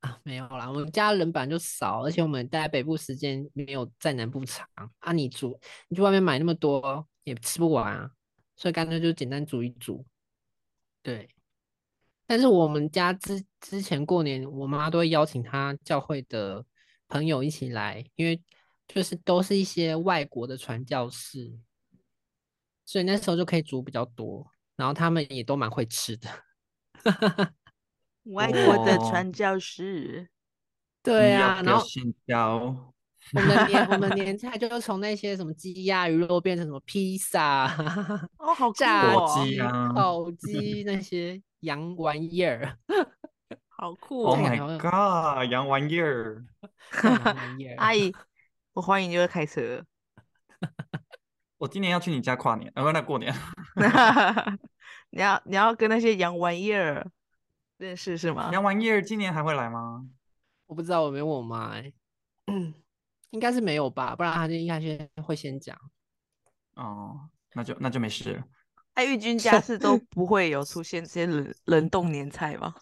[SPEAKER 3] 啊？没有啦，我们家人本来就少，而且我们在北部时间没有在南部长啊。你煮，你去外面买那么多也吃不完啊，所以干脆就简单煮一煮。对，但是我们家之之前过年，我妈都会邀请她教会的朋友一起来，因为就是都是一些外国的传教士，所以那时候就可以煮比较多，然后他们也都蛮会吃的。
[SPEAKER 4] 嗯
[SPEAKER 1] 外国的
[SPEAKER 4] 哦
[SPEAKER 1] 传教士，
[SPEAKER 3] 对
[SPEAKER 4] 你要
[SPEAKER 3] 啊，
[SPEAKER 4] 不
[SPEAKER 3] 然
[SPEAKER 4] 要
[SPEAKER 3] 后
[SPEAKER 4] 信教。
[SPEAKER 3] 我们的年我们 年菜就是从那些什么鸡鸭鱼肉变成什么披萨、
[SPEAKER 1] 哦，好酷
[SPEAKER 3] 炸
[SPEAKER 1] 哦，
[SPEAKER 4] 鸡啊
[SPEAKER 3] 烤鸡那些洋玩意儿，
[SPEAKER 1] 好酷
[SPEAKER 4] Oh
[SPEAKER 1] 哦！
[SPEAKER 3] 这样
[SPEAKER 4] my
[SPEAKER 3] 好像
[SPEAKER 4] god，洋玩意儿。
[SPEAKER 3] 洋 玩意
[SPEAKER 2] 哎
[SPEAKER 1] 阿
[SPEAKER 3] 儿。
[SPEAKER 1] 姨，我怀疑你就会开车了。
[SPEAKER 4] 我今年要去你家跨年，呃，不那过年。
[SPEAKER 1] 你要你要跟那些洋玩意儿认识是
[SPEAKER 3] 啊
[SPEAKER 1] 吗？
[SPEAKER 4] 洋玩意儿今年还会来吗？
[SPEAKER 3] 我不知道，我没问我妈、欸，应该是没有吧，不然她就应该先会先讲。
[SPEAKER 4] 哦，那就那就没事了。
[SPEAKER 1] 爱玉君 家是都不会有出现这些冷冷冻年菜吗？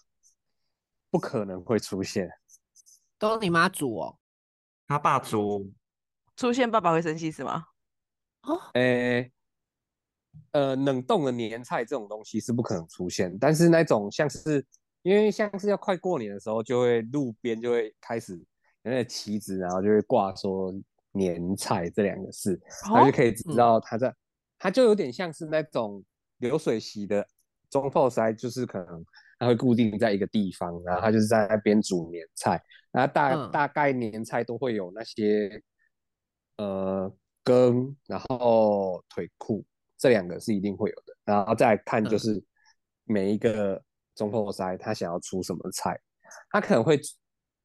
[SPEAKER 2] 不可能会出现。
[SPEAKER 3] 都是你妈煮哦，
[SPEAKER 4] 他爸煮，
[SPEAKER 1] 出现爸爸会生气是吗？
[SPEAKER 2] 诶、呃，冷冻的年菜这种东西是不可能出现，但是那种像是因为像是要快过年的时候，就会路边就会开始有那个旗子，然后就会挂说年菜这两个字，然后
[SPEAKER 1] 哦
[SPEAKER 2] 就可以知道它在，它就有点像是那种流水席的中泡塞，就是可能它会固定在一个地方，然后它就是在那边煮年菜，然后大、
[SPEAKER 3] 嗯
[SPEAKER 2] 大概年菜都会有那些呃羹，然后腿裤这两个是一定会有的，然后再来看就
[SPEAKER 3] 嗯
[SPEAKER 2] 是每一个中后塞他想要出什么菜，他可能会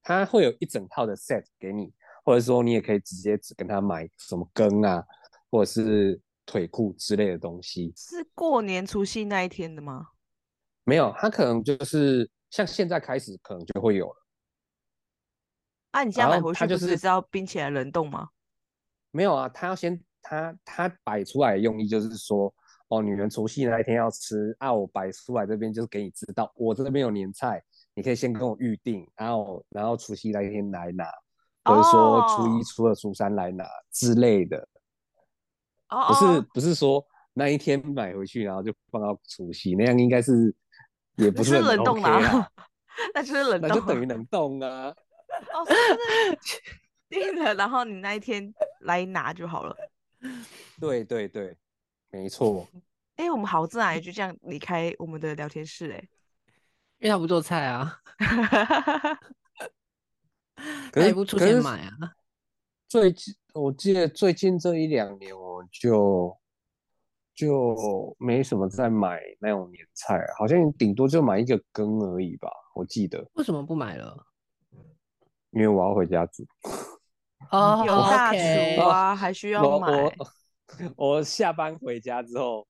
[SPEAKER 2] 他会有一整套的 set 给你，或者说你也可以直接只跟他买什么羹啊，或者是腿裤之类的东西。
[SPEAKER 1] 是过年除夕那一天的吗？
[SPEAKER 2] 没有，他可能就是像现在开始可能就会有了，
[SPEAKER 1] 啊，你现在
[SPEAKER 2] 然
[SPEAKER 1] 买
[SPEAKER 2] 后
[SPEAKER 1] 回
[SPEAKER 2] 它
[SPEAKER 1] 去
[SPEAKER 2] 就
[SPEAKER 1] 不
[SPEAKER 2] 是
[SPEAKER 1] 是要冰起来冷冻吗？
[SPEAKER 2] 没有啊，他要先他他摆出来的用意就是说，哦，女人除夕那一天要吃啊，我摆出来这边就是给你知道，我这边有年菜，你可以先跟我预定，然后然后除夕那一天来拿，或者说初
[SPEAKER 1] 哦
[SPEAKER 2] 一、初二、初三来拿之类的，
[SPEAKER 1] 哦
[SPEAKER 2] 不
[SPEAKER 1] 哦，
[SPEAKER 2] 是不是说那一天买回去然后就放到除夕，那样应该是也
[SPEAKER 1] 那
[SPEAKER 2] 不
[SPEAKER 1] 就是
[SPEAKER 2] 很
[SPEAKER 1] 冷冻
[SPEAKER 2] OK
[SPEAKER 1] 的啊
[SPEAKER 2] 啦，
[SPEAKER 1] 那就是冷
[SPEAKER 2] 那
[SPEAKER 1] 冻
[SPEAKER 2] 就
[SPEAKER 1] 啊，
[SPEAKER 2] 等于冷冻啊。
[SPEAKER 1] 哦，是是是 定了，然后你那一天来拿就好了。
[SPEAKER 2] 对对对，没错。
[SPEAKER 1] 哎、我们好自然也就这样离开我们的聊天室哎、
[SPEAKER 3] 因为她不做菜啊，
[SPEAKER 2] 可
[SPEAKER 3] 她也
[SPEAKER 2] 是
[SPEAKER 3] 不出
[SPEAKER 2] 可
[SPEAKER 3] 钱
[SPEAKER 2] 是
[SPEAKER 3] 买啊。
[SPEAKER 2] 最近我记得最近这一两年，我就就没什么在买那种年菜了，好像顶多就买一个羹而已吧。我记得，
[SPEAKER 3] 为什么不买了？
[SPEAKER 2] 因为我要回家煮。
[SPEAKER 3] 哦，
[SPEAKER 1] 有大
[SPEAKER 3] OK
[SPEAKER 1] 厨啊，还需要
[SPEAKER 2] 我
[SPEAKER 1] 买。
[SPEAKER 2] 我我 下班回家之后，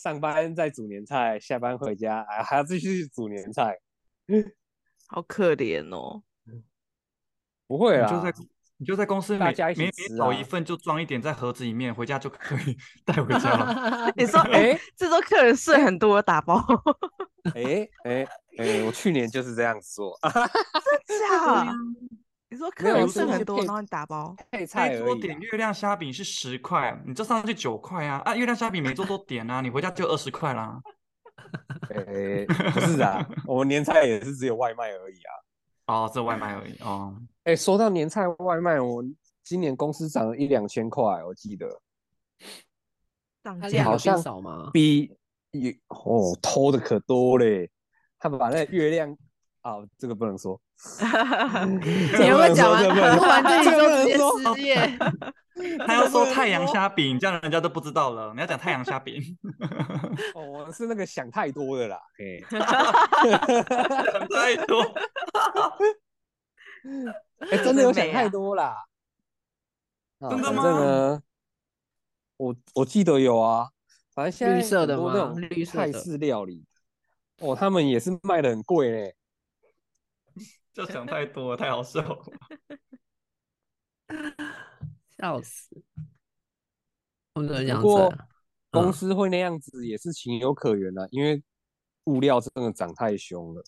[SPEAKER 2] 上班再煮年菜，下班回家啊还要继续煮年菜，
[SPEAKER 1] 好可怜哦。
[SPEAKER 2] 不会
[SPEAKER 4] 你
[SPEAKER 2] 啦，
[SPEAKER 4] 就在公你就在公司
[SPEAKER 2] 啊大
[SPEAKER 4] 每
[SPEAKER 2] 家一起
[SPEAKER 4] 每
[SPEAKER 2] 吃
[SPEAKER 4] 每找一
[SPEAKER 2] 啊
[SPEAKER 4] 份就装一点在盒子里面，回家就可以 带回 家了。
[SPEAKER 1] 你说，哎、
[SPEAKER 2] 哎
[SPEAKER 1] 这周客人睡很多，打包，
[SPEAKER 2] 哎 哎哎，我去年就是这样子做，啊
[SPEAKER 1] 假？ 你说客
[SPEAKER 2] 没有
[SPEAKER 1] 人
[SPEAKER 2] 是
[SPEAKER 1] 睡
[SPEAKER 2] 那
[SPEAKER 1] 很
[SPEAKER 2] 些
[SPEAKER 1] 多，
[SPEAKER 2] 配
[SPEAKER 1] 然后你打包，
[SPEAKER 2] 配
[SPEAKER 4] 这
[SPEAKER 2] 菜
[SPEAKER 4] 一
[SPEAKER 2] 而
[SPEAKER 4] 桌
[SPEAKER 2] 已
[SPEAKER 4] 点
[SPEAKER 2] 啊。
[SPEAKER 4] 月亮虾饼是十块，你这上去九块啊！啊，月亮虾饼每桌都点啊，你回家就二十块啦。
[SPEAKER 2] 哎，不是啊，我们年菜也是只有外卖而已啊。
[SPEAKER 4] 哦，这外卖而已哦。
[SPEAKER 2] 哎，说到年菜外卖，我今年公司涨了一两千块，我记得
[SPEAKER 1] 涨价
[SPEAKER 3] 她量
[SPEAKER 2] 好
[SPEAKER 3] 有变
[SPEAKER 2] 像
[SPEAKER 3] 少吗？
[SPEAKER 2] 比 也哦偷的可多嘞。他把那个月亮啊，这个不能说，嗯
[SPEAKER 3] 你如果讲完
[SPEAKER 2] 这不能
[SPEAKER 3] 录
[SPEAKER 2] 说
[SPEAKER 3] 完这
[SPEAKER 2] 这
[SPEAKER 3] 集
[SPEAKER 2] 不能
[SPEAKER 3] 就
[SPEAKER 2] 说
[SPEAKER 3] 直接失业，
[SPEAKER 4] 他要说太阳虾饼，这样人家都不知道了。你要讲太阳虾饼，
[SPEAKER 2] 哦，我是那个想太多了啦， 哎、
[SPEAKER 4] 讲太多。
[SPEAKER 2] 哎真的有
[SPEAKER 1] 真
[SPEAKER 2] 想
[SPEAKER 1] 美啊
[SPEAKER 2] 太多啦。啊
[SPEAKER 4] 真的
[SPEAKER 2] 反
[SPEAKER 4] 吗
[SPEAKER 2] 正呢，我我记得有啊，反正现在
[SPEAKER 3] 绿色的
[SPEAKER 2] 很多
[SPEAKER 3] 吗
[SPEAKER 2] 那种
[SPEAKER 3] 绿色
[SPEAKER 2] 泰
[SPEAKER 3] 的
[SPEAKER 2] 式料理，哦，他们也是卖的很贵嘞、
[SPEAKER 4] 就想太多了，太好笑了。
[SPEAKER 3] 笑死！我们怎么讲
[SPEAKER 2] 不
[SPEAKER 3] 这
[SPEAKER 2] 过
[SPEAKER 3] 啊？嗯
[SPEAKER 2] 公司会那样子也是情有可原啊，因为物料真的涨太凶了。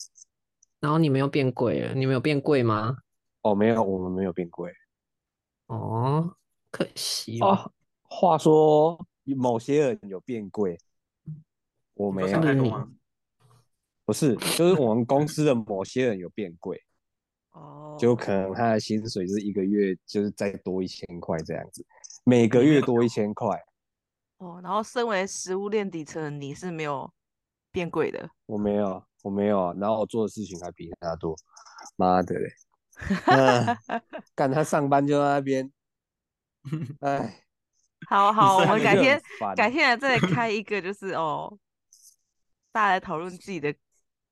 [SPEAKER 3] 然后你们又变贵了，你们有变贵吗？
[SPEAKER 2] 哦，没有，我们没有变贵。
[SPEAKER 3] 哦， 可惜
[SPEAKER 2] 哦
[SPEAKER 3] 哦。
[SPEAKER 2] 话说某些人有变贵，我
[SPEAKER 4] 你
[SPEAKER 2] 没
[SPEAKER 4] 说
[SPEAKER 2] 有
[SPEAKER 4] 想，太多
[SPEAKER 3] 嗯
[SPEAKER 4] 吗？
[SPEAKER 2] 不是，就是我们公司的某些人有变贵，
[SPEAKER 1] 哦，
[SPEAKER 2] 就可能他的薪水是一个月就是再多一千块这样子，每个月多一千块，
[SPEAKER 1] 哦，然后身为食物链底层的你是没有变贵 的，
[SPEAKER 2] 我没有，我没有，啊然后我做的事情还比他多，妈的嘞！那干他上班就在那边，哎，
[SPEAKER 1] 好哦好，我
[SPEAKER 4] 是
[SPEAKER 1] 们
[SPEAKER 4] 还
[SPEAKER 1] 改
[SPEAKER 4] 是很
[SPEAKER 1] 天改
[SPEAKER 2] 天。
[SPEAKER 1] 天来再来开
[SPEAKER 2] 嗯
[SPEAKER 1] 一个，就是哦，大家来讨论自己的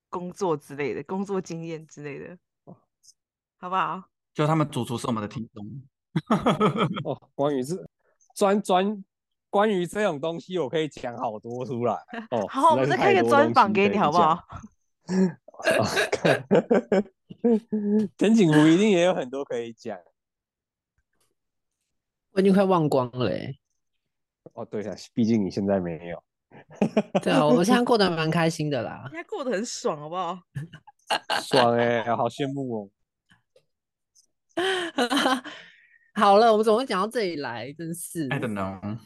[SPEAKER 1] 工作之类的，工作经验之类的，好不好？
[SPEAKER 4] 就他们主厨是我们的听众，
[SPEAKER 2] 哦，关于这专专关于这种东西，我可以讲好多出来哦。
[SPEAKER 1] 好，我们
[SPEAKER 2] 实
[SPEAKER 1] 再
[SPEAKER 2] 在是
[SPEAKER 1] 开
[SPEAKER 2] 太
[SPEAKER 1] 个
[SPEAKER 2] 多
[SPEAKER 1] 专
[SPEAKER 2] 东
[SPEAKER 1] 访
[SPEAKER 2] 西
[SPEAKER 1] 给
[SPEAKER 2] 可
[SPEAKER 1] 你，
[SPEAKER 2] 以
[SPEAKER 1] 好不
[SPEAKER 2] 讲
[SPEAKER 1] 好？？
[SPEAKER 2] 哦看田景湖一定也有很多可以讲
[SPEAKER 3] 我已经快忘光了欸。
[SPEAKER 2] 哦。对了，毕竟你现在没有，
[SPEAKER 3] 对啊，我现在过得蛮开心的啦
[SPEAKER 1] 人。家过得很爽，好不好？
[SPEAKER 2] 爽哎、好羡慕哦。
[SPEAKER 3] 好了，我们怎么会讲到这里来？真是。
[SPEAKER 2] 哎
[SPEAKER 4] I don't know。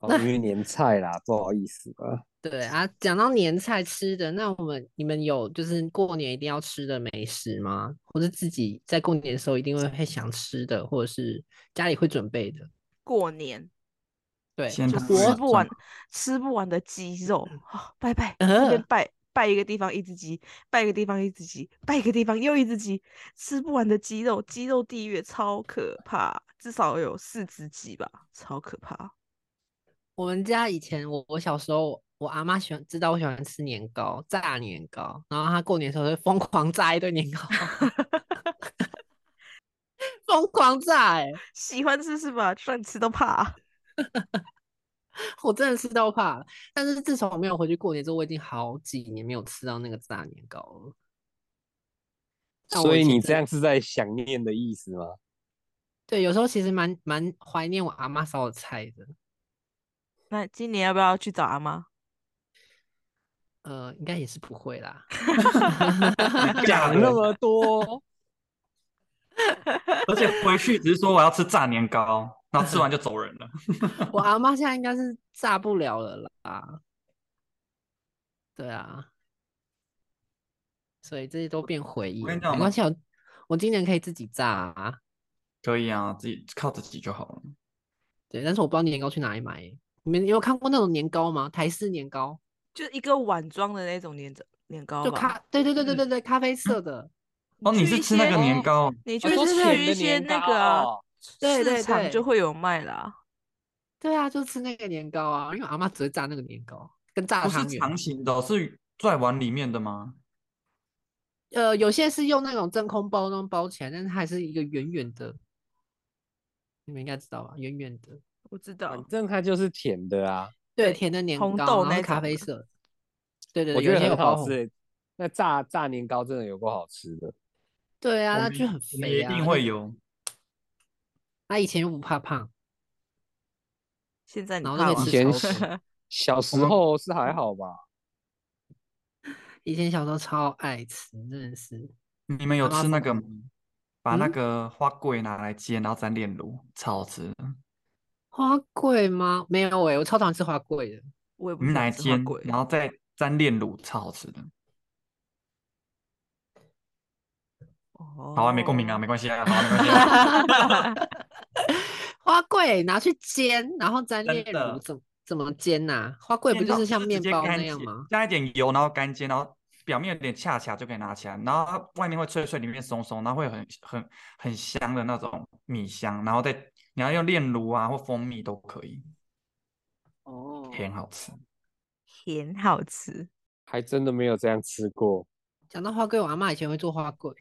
[SPEAKER 2] 哦，因为年菜啦，不好意思啊。
[SPEAKER 3] 对啊，讲到年菜吃的，那我们你们有就是过年一定要吃的美食吗？或者自己在过年的时候一定会会想吃的，或者是家里会准备的？
[SPEAKER 1] 过年
[SPEAKER 3] 对，
[SPEAKER 4] 先
[SPEAKER 1] 就
[SPEAKER 4] 把
[SPEAKER 1] 吃
[SPEAKER 4] 这个
[SPEAKER 1] 不完吃不完的鸡肉，啊拜拜，这边
[SPEAKER 3] 呃
[SPEAKER 1] 拜拜一个地方一只鸡，拜一个地方一只鸡，拜一个地方又一只鸡，吃不完的鸡肉，鸡肉地狱超可怕，至少有四只鸡吧，超可怕。
[SPEAKER 3] 我们家以前我我小时候，我阿妈喜欢知道我喜欢吃年糕，炸年糕，然后她过年的时候就疯狂炸一堆年糕，疯狂炸、欸，
[SPEAKER 1] 喜欢吃是吧？就算吃都怕。
[SPEAKER 3] 我真的吃到怕了。但是自从我没有回去过年之后，我已经好几年没有吃到那个炸年糕了。但我
[SPEAKER 2] 所
[SPEAKER 3] 以
[SPEAKER 2] 以
[SPEAKER 3] 前
[SPEAKER 2] 你
[SPEAKER 3] 真
[SPEAKER 2] 这
[SPEAKER 3] 的
[SPEAKER 2] 样是在想念的意思吗？
[SPEAKER 3] 对，有时候其实蛮蛮怀念我阿妈烧的菜的，
[SPEAKER 1] 那今年要不要去找阿妈？
[SPEAKER 3] 呃，应该也是不会啦。
[SPEAKER 4] 假
[SPEAKER 2] 讲 那
[SPEAKER 4] 的，
[SPEAKER 2] 么 多，
[SPEAKER 4] 而且回去只是说我要吃炸年糕，然后吃完就走人了。
[SPEAKER 3] 我阿妈现在应该是炸不了了啦。对啊，所以这些都变回忆
[SPEAKER 4] 我跟你
[SPEAKER 3] 了
[SPEAKER 4] 讲
[SPEAKER 3] 没
[SPEAKER 4] 我
[SPEAKER 3] 关系，我哦我今年可以自己炸啊。
[SPEAKER 4] 可以啊，自己靠自己就好了。
[SPEAKER 3] 对，但是我不知道年糕去哪里买欸。你们有看过那种年糕吗？台式年糕，
[SPEAKER 1] 就一个碗装的那种年糕年糕
[SPEAKER 3] 就
[SPEAKER 1] 吧。
[SPEAKER 3] 咖，对对对
[SPEAKER 4] 嗯
[SPEAKER 3] 对对对，咖啡色的。
[SPEAKER 4] 哦，你
[SPEAKER 1] 去
[SPEAKER 4] 是
[SPEAKER 1] 一
[SPEAKER 4] 吃那
[SPEAKER 1] 些
[SPEAKER 4] 个年糕？
[SPEAKER 1] 你
[SPEAKER 2] 哦
[SPEAKER 1] 就
[SPEAKER 2] 都
[SPEAKER 1] 是
[SPEAKER 2] 甜
[SPEAKER 1] 去
[SPEAKER 2] 的
[SPEAKER 1] 一些
[SPEAKER 2] 年
[SPEAKER 1] 那
[SPEAKER 2] 糕
[SPEAKER 1] 个啊
[SPEAKER 2] 哦
[SPEAKER 3] 对对
[SPEAKER 1] 市场
[SPEAKER 3] 对
[SPEAKER 1] 就会有卖啦。
[SPEAKER 3] 对啊，就吃那个年糕啊，因为我阿妈只会炸那个年糕，跟炸
[SPEAKER 4] 不是
[SPEAKER 3] 汤圆。
[SPEAKER 4] 长形的哦，是在碗里面的吗？
[SPEAKER 3] 呃，有些是用那种真空包装包起来，但是它还是一个圆圆的，你们应该知道吧？圆圆的，
[SPEAKER 1] 我知
[SPEAKER 2] 反
[SPEAKER 1] 道，
[SPEAKER 2] 正它就是甜的啊。
[SPEAKER 1] 对
[SPEAKER 3] 对，甜的年糕，
[SPEAKER 1] 红
[SPEAKER 3] 然
[SPEAKER 1] 豆
[SPEAKER 3] 后
[SPEAKER 1] 那
[SPEAKER 3] 是咖
[SPEAKER 1] 种的
[SPEAKER 3] 啡色的，对对
[SPEAKER 2] 我
[SPEAKER 3] 对，
[SPEAKER 2] 觉
[SPEAKER 3] 有
[SPEAKER 2] 得
[SPEAKER 3] 些哦有
[SPEAKER 2] 很好吃
[SPEAKER 3] 包红，
[SPEAKER 2] 欸。那炸炸年糕真的有够好吃的，
[SPEAKER 3] 对啊，
[SPEAKER 4] 我
[SPEAKER 3] 那
[SPEAKER 4] 们
[SPEAKER 3] 就很
[SPEAKER 4] 我们
[SPEAKER 3] 肥
[SPEAKER 4] 也一
[SPEAKER 3] 啊，
[SPEAKER 4] 定
[SPEAKER 3] 那
[SPEAKER 4] 会。有。
[SPEAKER 3] 他以前又不怕胖，
[SPEAKER 1] 现在你
[SPEAKER 3] 然后
[SPEAKER 1] 怕
[SPEAKER 3] 就
[SPEAKER 1] 吗
[SPEAKER 3] 可
[SPEAKER 2] 以
[SPEAKER 3] 以？
[SPEAKER 2] 前
[SPEAKER 3] 吃
[SPEAKER 2] 是
[SPEAKER 3] 超多。
[SPEAKER 2] 小时
[SPEAKER 4] 们
[SPEAKER 2] 候是还好吧？
[SPEAKER 3] 以前小时候超爱吃，真的是。
[SPEAKER 4] 你们有
[SPEAKER 3] 妈妈
[SPEAKER 4] 吃那
[SPEAKER 3] 疯
[SPEAKER 4] 个吗？把那
[SPEAKER 3] 嗯
[SPEAKER 4] 个花桂拿来煎，然后沾炼乳，超好吃的。
[SPEAKER 3] 花桂吗？没有哎、我超讨厌吃花桂的。
[SPEAKER 1] 我也不
[SPEAKER 4] 你们
[SPEAKER 1] 知道
[SPEAKER 4] 拿来
[SPEAKER 1] 吃花
[SPEAKER 4] 煎，
[SPEAKER 1] 鬼。
[SPEAKER 4] 然后再沾炼乳，超好吃的。好啊，没共鸣啊，
[SPEAKER 1] 哦
[SPEAKER 4] 没关系啊，好啊，没关系啊。
[SPEAKER 3] 花桂拿去煎，然后沾
[SPEAKER 4] 真
[SPEAKER 3] 炼乳，
[SPEAKER 4] 的
[SPEAKER 3] 怎怎么煎呐、花桂不
[SPEAKER 4] 面
[SPEAKER 3] 就
[SPEAKER 4] 包
[SPEAKER 3] 是像
[SPEAKER 4] 直
[SPEAKER 3] 面
[SPEAKER 4] 接
[SPEAKER 3] 包
[SPEAKER 4] 干
[SPEAKER 3] 那样
[SPEAKER 4] 煎
[SPEAKER 3] 吗？
[SPEAKER 4] 加一点油，然后干煎，然后表面有点恰恰就可以拿起来，然后它外面会脆脆，里面松松，然后会有很很很香的那种米香，然后再你要用炼乳啊或蜂蜜都可以，
[SPEAKER 3] 哦，
[SPEAKER 4] 很好吃。
[SPEAKER 1] 甜好 吃。
[SPEAKER 2] 还真的没有这样吃过。
[SPEAKER 3] 讲到花龟，我阿妈以前会做花龟，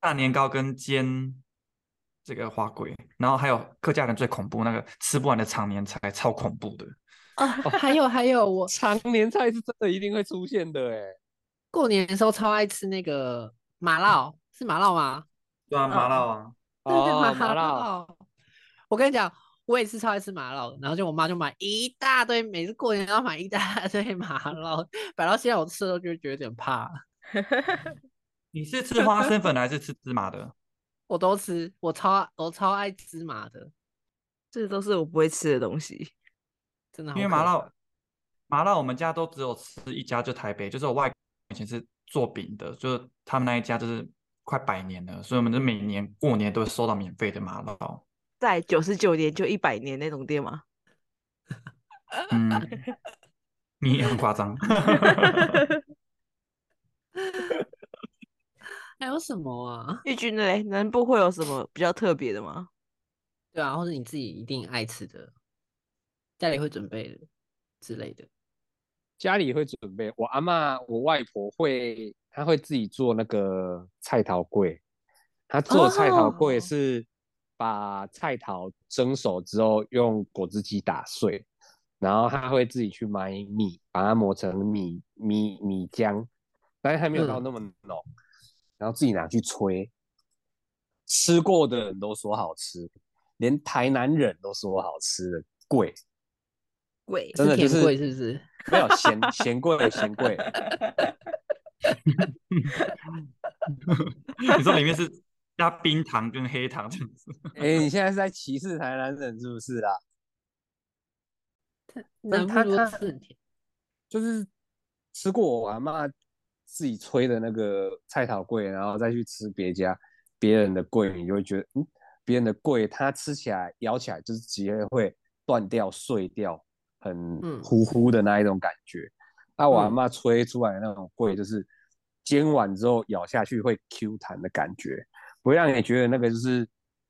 [SPEAKER 4] 大年糕跟煎这个花龟，然后还有客家人最恐怖那个吃不完的常年菜，超恐怖的。
[SPEAKER 3] 啊，
[SPEAKER 4] 哦
[SPEAKER 3] 还有还有，我
[SPEAKER 2] 常年菜是真的一定会出现的哎、
[SPEAKER 3] 过年的时候超爱吃那个麻辣，哦是麻辣吗？
[SPEAKER 4] 对啊，麻
[SPEAKER 1] 嗯
[SPEAKER 4] 辣啊，
[SPEAKER 3] 对对，
[SPEAKER 2] 哦，麻 辣，
[SPEAKER 3] 辣。我跟你讲，我也是超爱吃麻辣的，然后就我妈就买一大堆，每次过年都要买一大 堆麻辣，摆到现在我吃了都觉得觉得有点怕。
[SPEAKER 4] 你 是吃花生粉的还是吃芝麻的？
[SPEAKER 3] 我都吃，我超我超爱芝麻的，
[SPEAKER 1] 这都是我不会吃的东西。
[SPEAKER 3] 真的好
[SPEAKER 4] 因为
[SPEAKER 3] 可
[SPEAKER 4] 麻
[SPEAKER 3] 怕
[SPEAKER 4] 辣麻辣我们家都只有吃一家，就台北，就是我外公以前是做饼的，就是他们那一家就是快百年了，所以我们就每年过年都会收到免费的麻辣。
[SPEAKER 1] 在九十九年就一百年那种店吗？
[SPEAKER 4] 嗯，你也很夸张。
[SPEAKER 3] 还有什么啊？
[SPEAKER 1] 玉军的嘞，南部会有什么比较特别的吗？
[SPEAKER 3] 对啊，或者你自己一定爱吃的，家里会准备的之类的。
[SPEAKER 2] 家里会准备。我阿嬷、我外婆会，她会自己做那个菜桃柜。她做的菜桃柜
[SPEAKER 3] 哦
[SPEAKER 2] 是把菜桃蒸熟之后，用果汁机打碎，然后她会自己去买米，把它磨成米米米浆，但是还没有到
[SPEAKER 3] 嗯
[SPEAKER 2] 那么浓，然后自己拿去吹。吃过的人都说好吃，连台南人都说好吃的贵，
[SPEAKER 1] 鬼
[SPEAKER 2] 真的就
[SPEAKER 3] 甜
[SPEAKER 2] 是
[SPEAKER 3] 粿是不是？
[SPEAKER 2] 没有嫌嫌贵嫌贵。
[SPEAKER 4] 你说里面是加冰糖跟黑糖这样子，
[SPEAKER 2] 哎、你现在是在歧视台南人是不是啊啦？
[SPEAKER 3] 南
[SPEAKER 2] 它
[SPEAKER 3] 部多
[SPEAKER 2] 它
[SPEAKER 3] 吃很甜。
[SPEAKER 2] 就是吃过我阿妈自己吹的那个菜桃粿，然后再去吃别家别人的粿，你就会觉得，嗯，别人的粿它吃起来咬起来就是直接会断掉碎掉，
[SPEAKER 3] 嗯
[SPEAKER 2] 很糊糊的那一种感觉。那、我阿
[SPEAKER 3] 嗯
[SPEAKER 2] 妈吹出来的那种粿，就是煎完之后咬下去会 Q 弹的感觉，不会让你觉得那个就是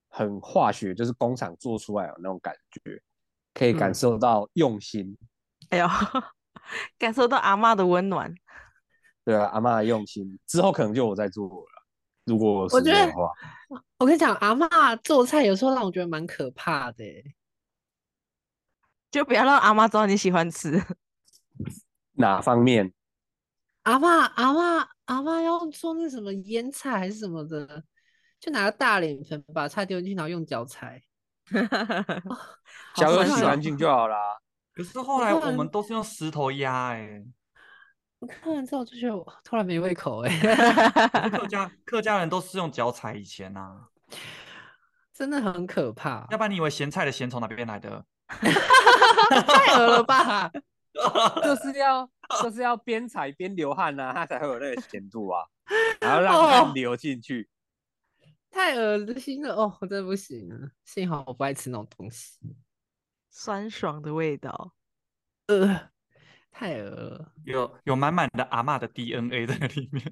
[SPEAKER 2] 很化学，就是工厂做出来的那种感觉，可以感
[SPEAKER 3] 嗯
[SPEAKER 2] 受到用心。
[SPEAKER 1] 哎呦， 感受到阿嬷的温暖。
[SPEAKER 2] 对啊，阿嬷的用心，之后可能就我在做了。如果
[SPEAKER 3] 我
[SPEAKER 2] 是这
[SPEAKER 3] 觉
[SPEAKER 2] 样
[SPEAKER 3] 得
[SPEAKER 2] 的话，
[SPEAKER 3] 我跟你讲，阿嬷做菜有时候让我觉得蛮可怕的欸。
[SPEAKER 1] 就不要让阿妈知道你喜欢 吃。
[SPEAKER 2] 哪方面？
[SPEAKER 3] 阿嬷阿嬷阿嬷要做那什么腌菜还是什么的，就拿个大脸盆把菜丢进去，然后用脚踩。
[SPEAKER 1] 好
[SPEAKER 2] 小
[SPEAKER 3] 恶
[SPEAKER 1] 酸
[SPEAKER 2] 哥洗
[SPEAKER 3] 心哦
[SPEAKER 1] 爽
[SPEAKER 2] 干净就好啦。
[SPEAKER 4] 可是后
[SPEAKER 3] 我
[SPEAKER 4] 来
[SPEAKER 3] 突
[SPEAKER 4] 我
[SPEAKER 3] 然
[SPEAKER 4] 们都是用石头压哎、
[SPEAKER 3] 我看完之后就觉得我突然没胃口哎、
[SPEAKER 4] 可是客家客家人都是用脚踩以前啊，
[SPEAKER 3] 真的很可怕，
[SPEAKER 4] 要不然你以为咸菜的咸从哪边来的？
[SPEAKER 3] 太恶了吧？
[SPEAKER 2] 就是要 就是要边踩边流汗啊，它才会有那个咸度 啊，然后
[SPEAKER 3] 哦
[SPEAKER 2] 让汗流进去。
[SPEAKER 3] 太恶心了哦，我真的不行了。幸好我不爱吃那种东西，
[SPEAKER 1] 酸爽的味道。
[SPEAKER 3] 呃，太恶了。
[SPEAKER 4] 有有满满的阿嬷的 DNA 在里面。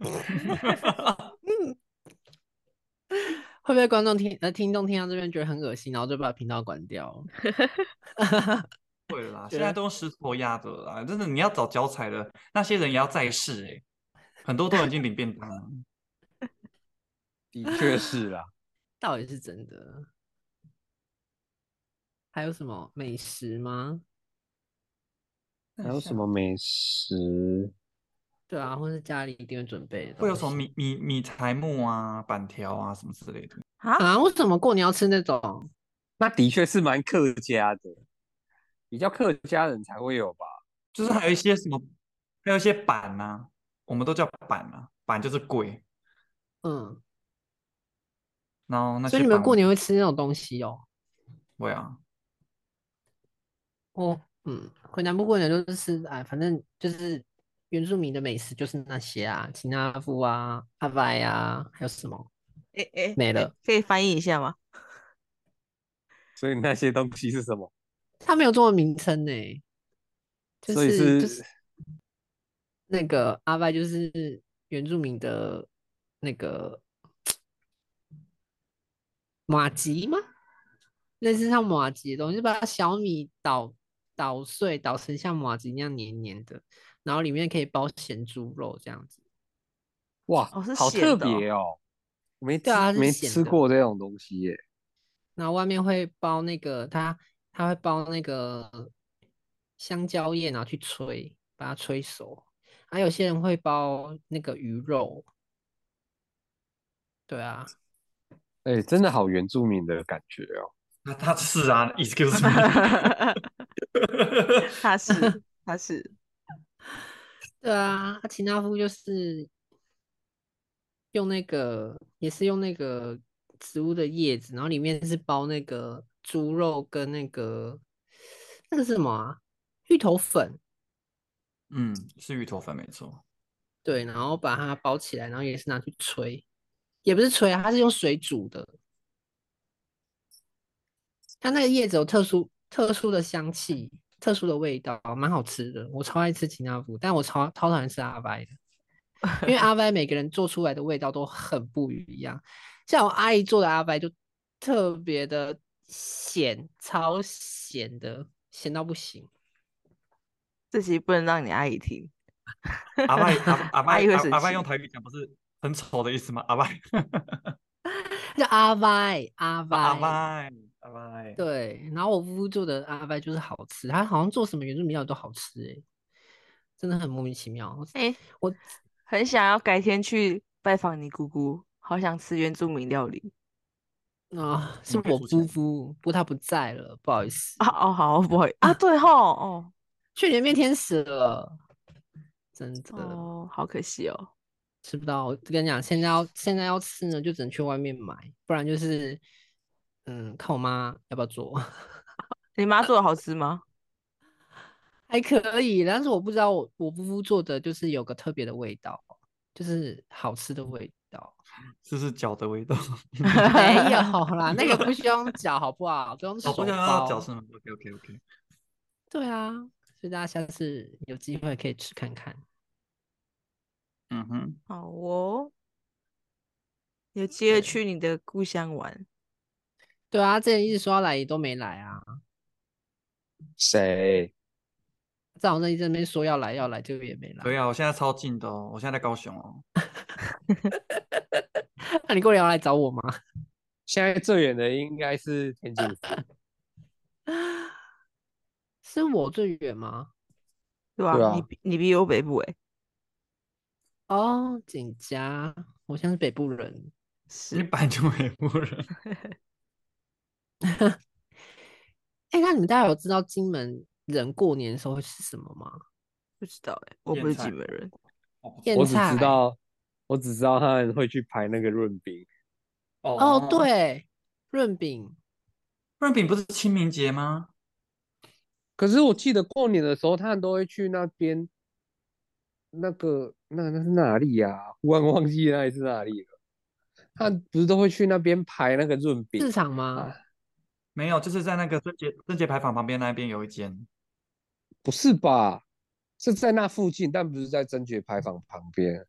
[SPEAKER 3] 会不会观众听呃听众听到这边觉得很恶心，然后就把频道关掉？
[SPEAKER 4] 对啦，
[SPEAKER 3] 觉
[SPEAKER 4] 现在
[SPEAKER 3] 得
[SPEAKER 4] 都用石头压着啦，真的你要找脚踩的那些人也要在世哎、很多都已经领便当 了。
[SPEAKER 2] 的确是 啦，
[SPEAKER 3] 到底是真的？还有什么美食吗？
[SPEAKER 2] 还有什么美食？
[SPEAKER 3] 对啊，或是家里一定会准备的
[SPEAKER 4] 会有
[SPEAKER 3] 东
[SPEAKER 4] 什么
[SPEAKER 3] 西
[SPEAKER 4] 米米米材木啊、板条啊什么之类的？
[SPEAKER 1] 啊，
[SPEAKER 3] 啊？为什么过年要吃那种？
[SPEAKER 2] 那的确是蛮客家的，比较客家人才会有吧。
[SPEAKER 4] 就是还有一些什么，还有一些板呐、我们都叫板啊，板就是鬼，
[SPEAKER 3] 嗯，
[SPEAKER 4] 然后那些
[SPEAKER 3] 所以你们
[SPEAKER 4] 板
[SPEAKER 3] 过年会吃那种东西哦？
[SPEAKER 4] 会啊，
[SPEAKER 3] 哦，嗯，回南部过年就是吃，哎，反正就是原住民的美食就是那些啊，吉那富啊、阿拜啊，还有什么？
[SPEAKER 1] 哎哎、欸
[SPEAKER 3] 没
[SPEAKER 1] 欸
[SPEAKER 3] 了
[SPEAKER 1] 可以翻译一下 吗？
[SPEAKER 2] 所以那些东西是什么？
[SPEAKER 3] 它没有中文名称呢，就
[SPEAKER 2] 所以
[SPEAKER 3] 是就是是那个阿拜就是原住民的那个马吉吗？类似像马吉的东西，就把小米捣捣碎，捣成像马吉那样黏黏的，然后里面可以包咸猪肉这样子。
[SPEAKER 2] 哇，
[SPEAKER 1] 哦是
[SPEAKER 2] 好
[SPEAKER 1] 咸
[SPEAKER 2] 特
[SPEAKER 1] 的哦
[SPEAKER 2] 别哦，没吃
[SPEAKER 3] 对啊它是
[SPEAKER 2] 没
[SPEAKER 3] 咸
[SPEAKER 2] 吃
[SPEAKER 3] 的
[SPEAKER 2] 过这种东西耶。
[SPEAKER 3] 然后外面会包那个，它它会包那个香蕉叶，然后去吹，把它吹熟。还、有些人会包那个鱼肉，对啊，
[SPEAKER 2] 哎、真的好原住民的感觉哦。
[SPEAKER 4] 那他是啊，excuse me，
[SPEAKER 1] 他是他是
[SPEAKER 3] 对啊，阿奇纳夫就是用那个，也是用那个植物的叶子，然后里面是包那个猪肉跟那个那个是什么啊？芋头粉，
[SPEAKER 4] 嗯，是芋头粉没错。
[SPEAKER 3] 对，然后把它包起来，然后也是拿去吹，也不是吹啊，它是用水煮的。它那个叶子有特殊特殊的香气，特殊的味道，蛮好吃的。我超爱吃奇纳福，但我超超讨厌吃阿歪的，因为阿歪每个人做出来的味道都很不一样。像我阿姨做的阿歪就特别的咸，超咸的，咸到不行。
[SPEAKER 1] 这集不能让你阿姨听，
[SPEAKER 4] 阿拜阿阿
[SPEAKER 1] 阿
[SPEAKER 4] 拜
[SPEAKER 1] 姨会
[SPEAKER 4] 阿
[SPEAKER 1] 生
[SPEAKER 4] 阿拜
[SPEAKER 1] 气
[SPEAKER 4] 用台语讲不是很丑的意思吗？阿拜
[SPEAKER 3] 叫阿歪，阿歪，
[SPEAKER 4] 阿拜阿拜，
[SPEAKER 3] 对，然后我姑姑做的阿拜就是好吃，她好像做什么原住民料理都好吃哎、真的很莫名其妙。
[SPEAKER 1] 哎、
[SPEAKER 3] 我
[SPEAKER 1] 很想要改天去拜访你姑姑，好想吃原住民料理。
[SPEAKER 3] 啊、
[SPEAKER 4] 你
[SPEAKER 3] 是
[SPEAKER 4] 们可以
[SPEAKER 3] 我
[SPEAKER 4] 住起来
[SPEAKER 3] 姑姑，不过她不在了，不好意思。
[SPEAKER 1] 啊哦，好，不会啊，对吼，哦
[SPEAKER 3] 去年变天使了，真的、
[SPEAKER 1] 哦，好可惜哦。
[SPEAKER 3] 吃不到。我跟你讲，现在要现在要吃呢，就只能去外面买，不然就是嗯，看我妈要不要做，
[SPEAKER 1] 你妈做的好吃吗？
[SPEAKER 3] 还可以。但是我不知道我我姑姑做的就是有个特别的味道，就是好吃的味道。
[SPEAKER 4] 这是脚的味道。
[SPEAKER 3] 没有啦，那个不需要用脚，好不好？不用手
[SPEAKER 4] 哦，不
[SPEAKER 3] 包。
[SPEAKER 4] 想要脚是吗？OK OK OK。
[SPEAKER 3] 对啊，所以大家下次有机会可以吃看看。
[SPEAKER 4] 嗯哼，
[SPEAKER 1] 好哦，有机会
[SPEAKER 3] 对
[SPEAKER 1] 去你的故乡玩。
[SPEAKER 3] 对啊，之前一直说要来也都没来啊，
[SPEAKER 2] 谁？
[SPEAKER 3] 在我那一直在那边说要来要来，结果也没来。
[SPEAKER 4] 可以啊，我现在超近的哦，我现在在高雄哦。
[SPEAKER 3] 那 你过年要来找我吗？
[SPEAKER 2] 现在最远的应该是天津，
[SPEAKER 3] 是我最远吗？
[SPEAKER 1] 对吧、
[SPEAKER 2] 对
[SPEAKER 1] 你
[SPEAKER 2] 啊
[SPEAKER 1] 比你比我北部哎、
[SPEAKER 3] 哦，景家，我像是北部人。
[SPEAKER 4] 你
[SPEAKER 1] 是
[SPEAKER 4] 本来就没夫 人，
[SPEAKER 3] 哎，那你们大家有知道金门人过年的时候会吃什么吗？
[SPEAKER 1] 不知道哎、我
[SPEAKER 4] 腌
[SPEAKER 1] 不是
[SPEAKER 4] 菜
[SPEAKER 1] 金门人。
[SPEAKER 4] 哦
[SPEAKER 3] 腌
[SPEAKER 2] 我只
[SPEAKER 3] 菜
[SPEAKER 2] 知道，我只知道他们会去排那个润饼。
[SPEAKER 3] 哦，，对，润饼。
[SPEAKER 4] 润饼不是清明节吗？
[SPEAKER 2] 可是我记得过年的时候，他们都会去那边，那个那那是哪里呀、忽然忘记那里是哪里了。他们不是都会去那边排那个润饼
[SPEAKER 3] 市场吗
[SPEAKER 2] 啊？？
[SPEAKER 4] 没有，就是在那个春节春节牌坊旁边那边有一间。
[SPEAKER 2] 不是吧？是在那附近，但不是在贞节牌坊旁边。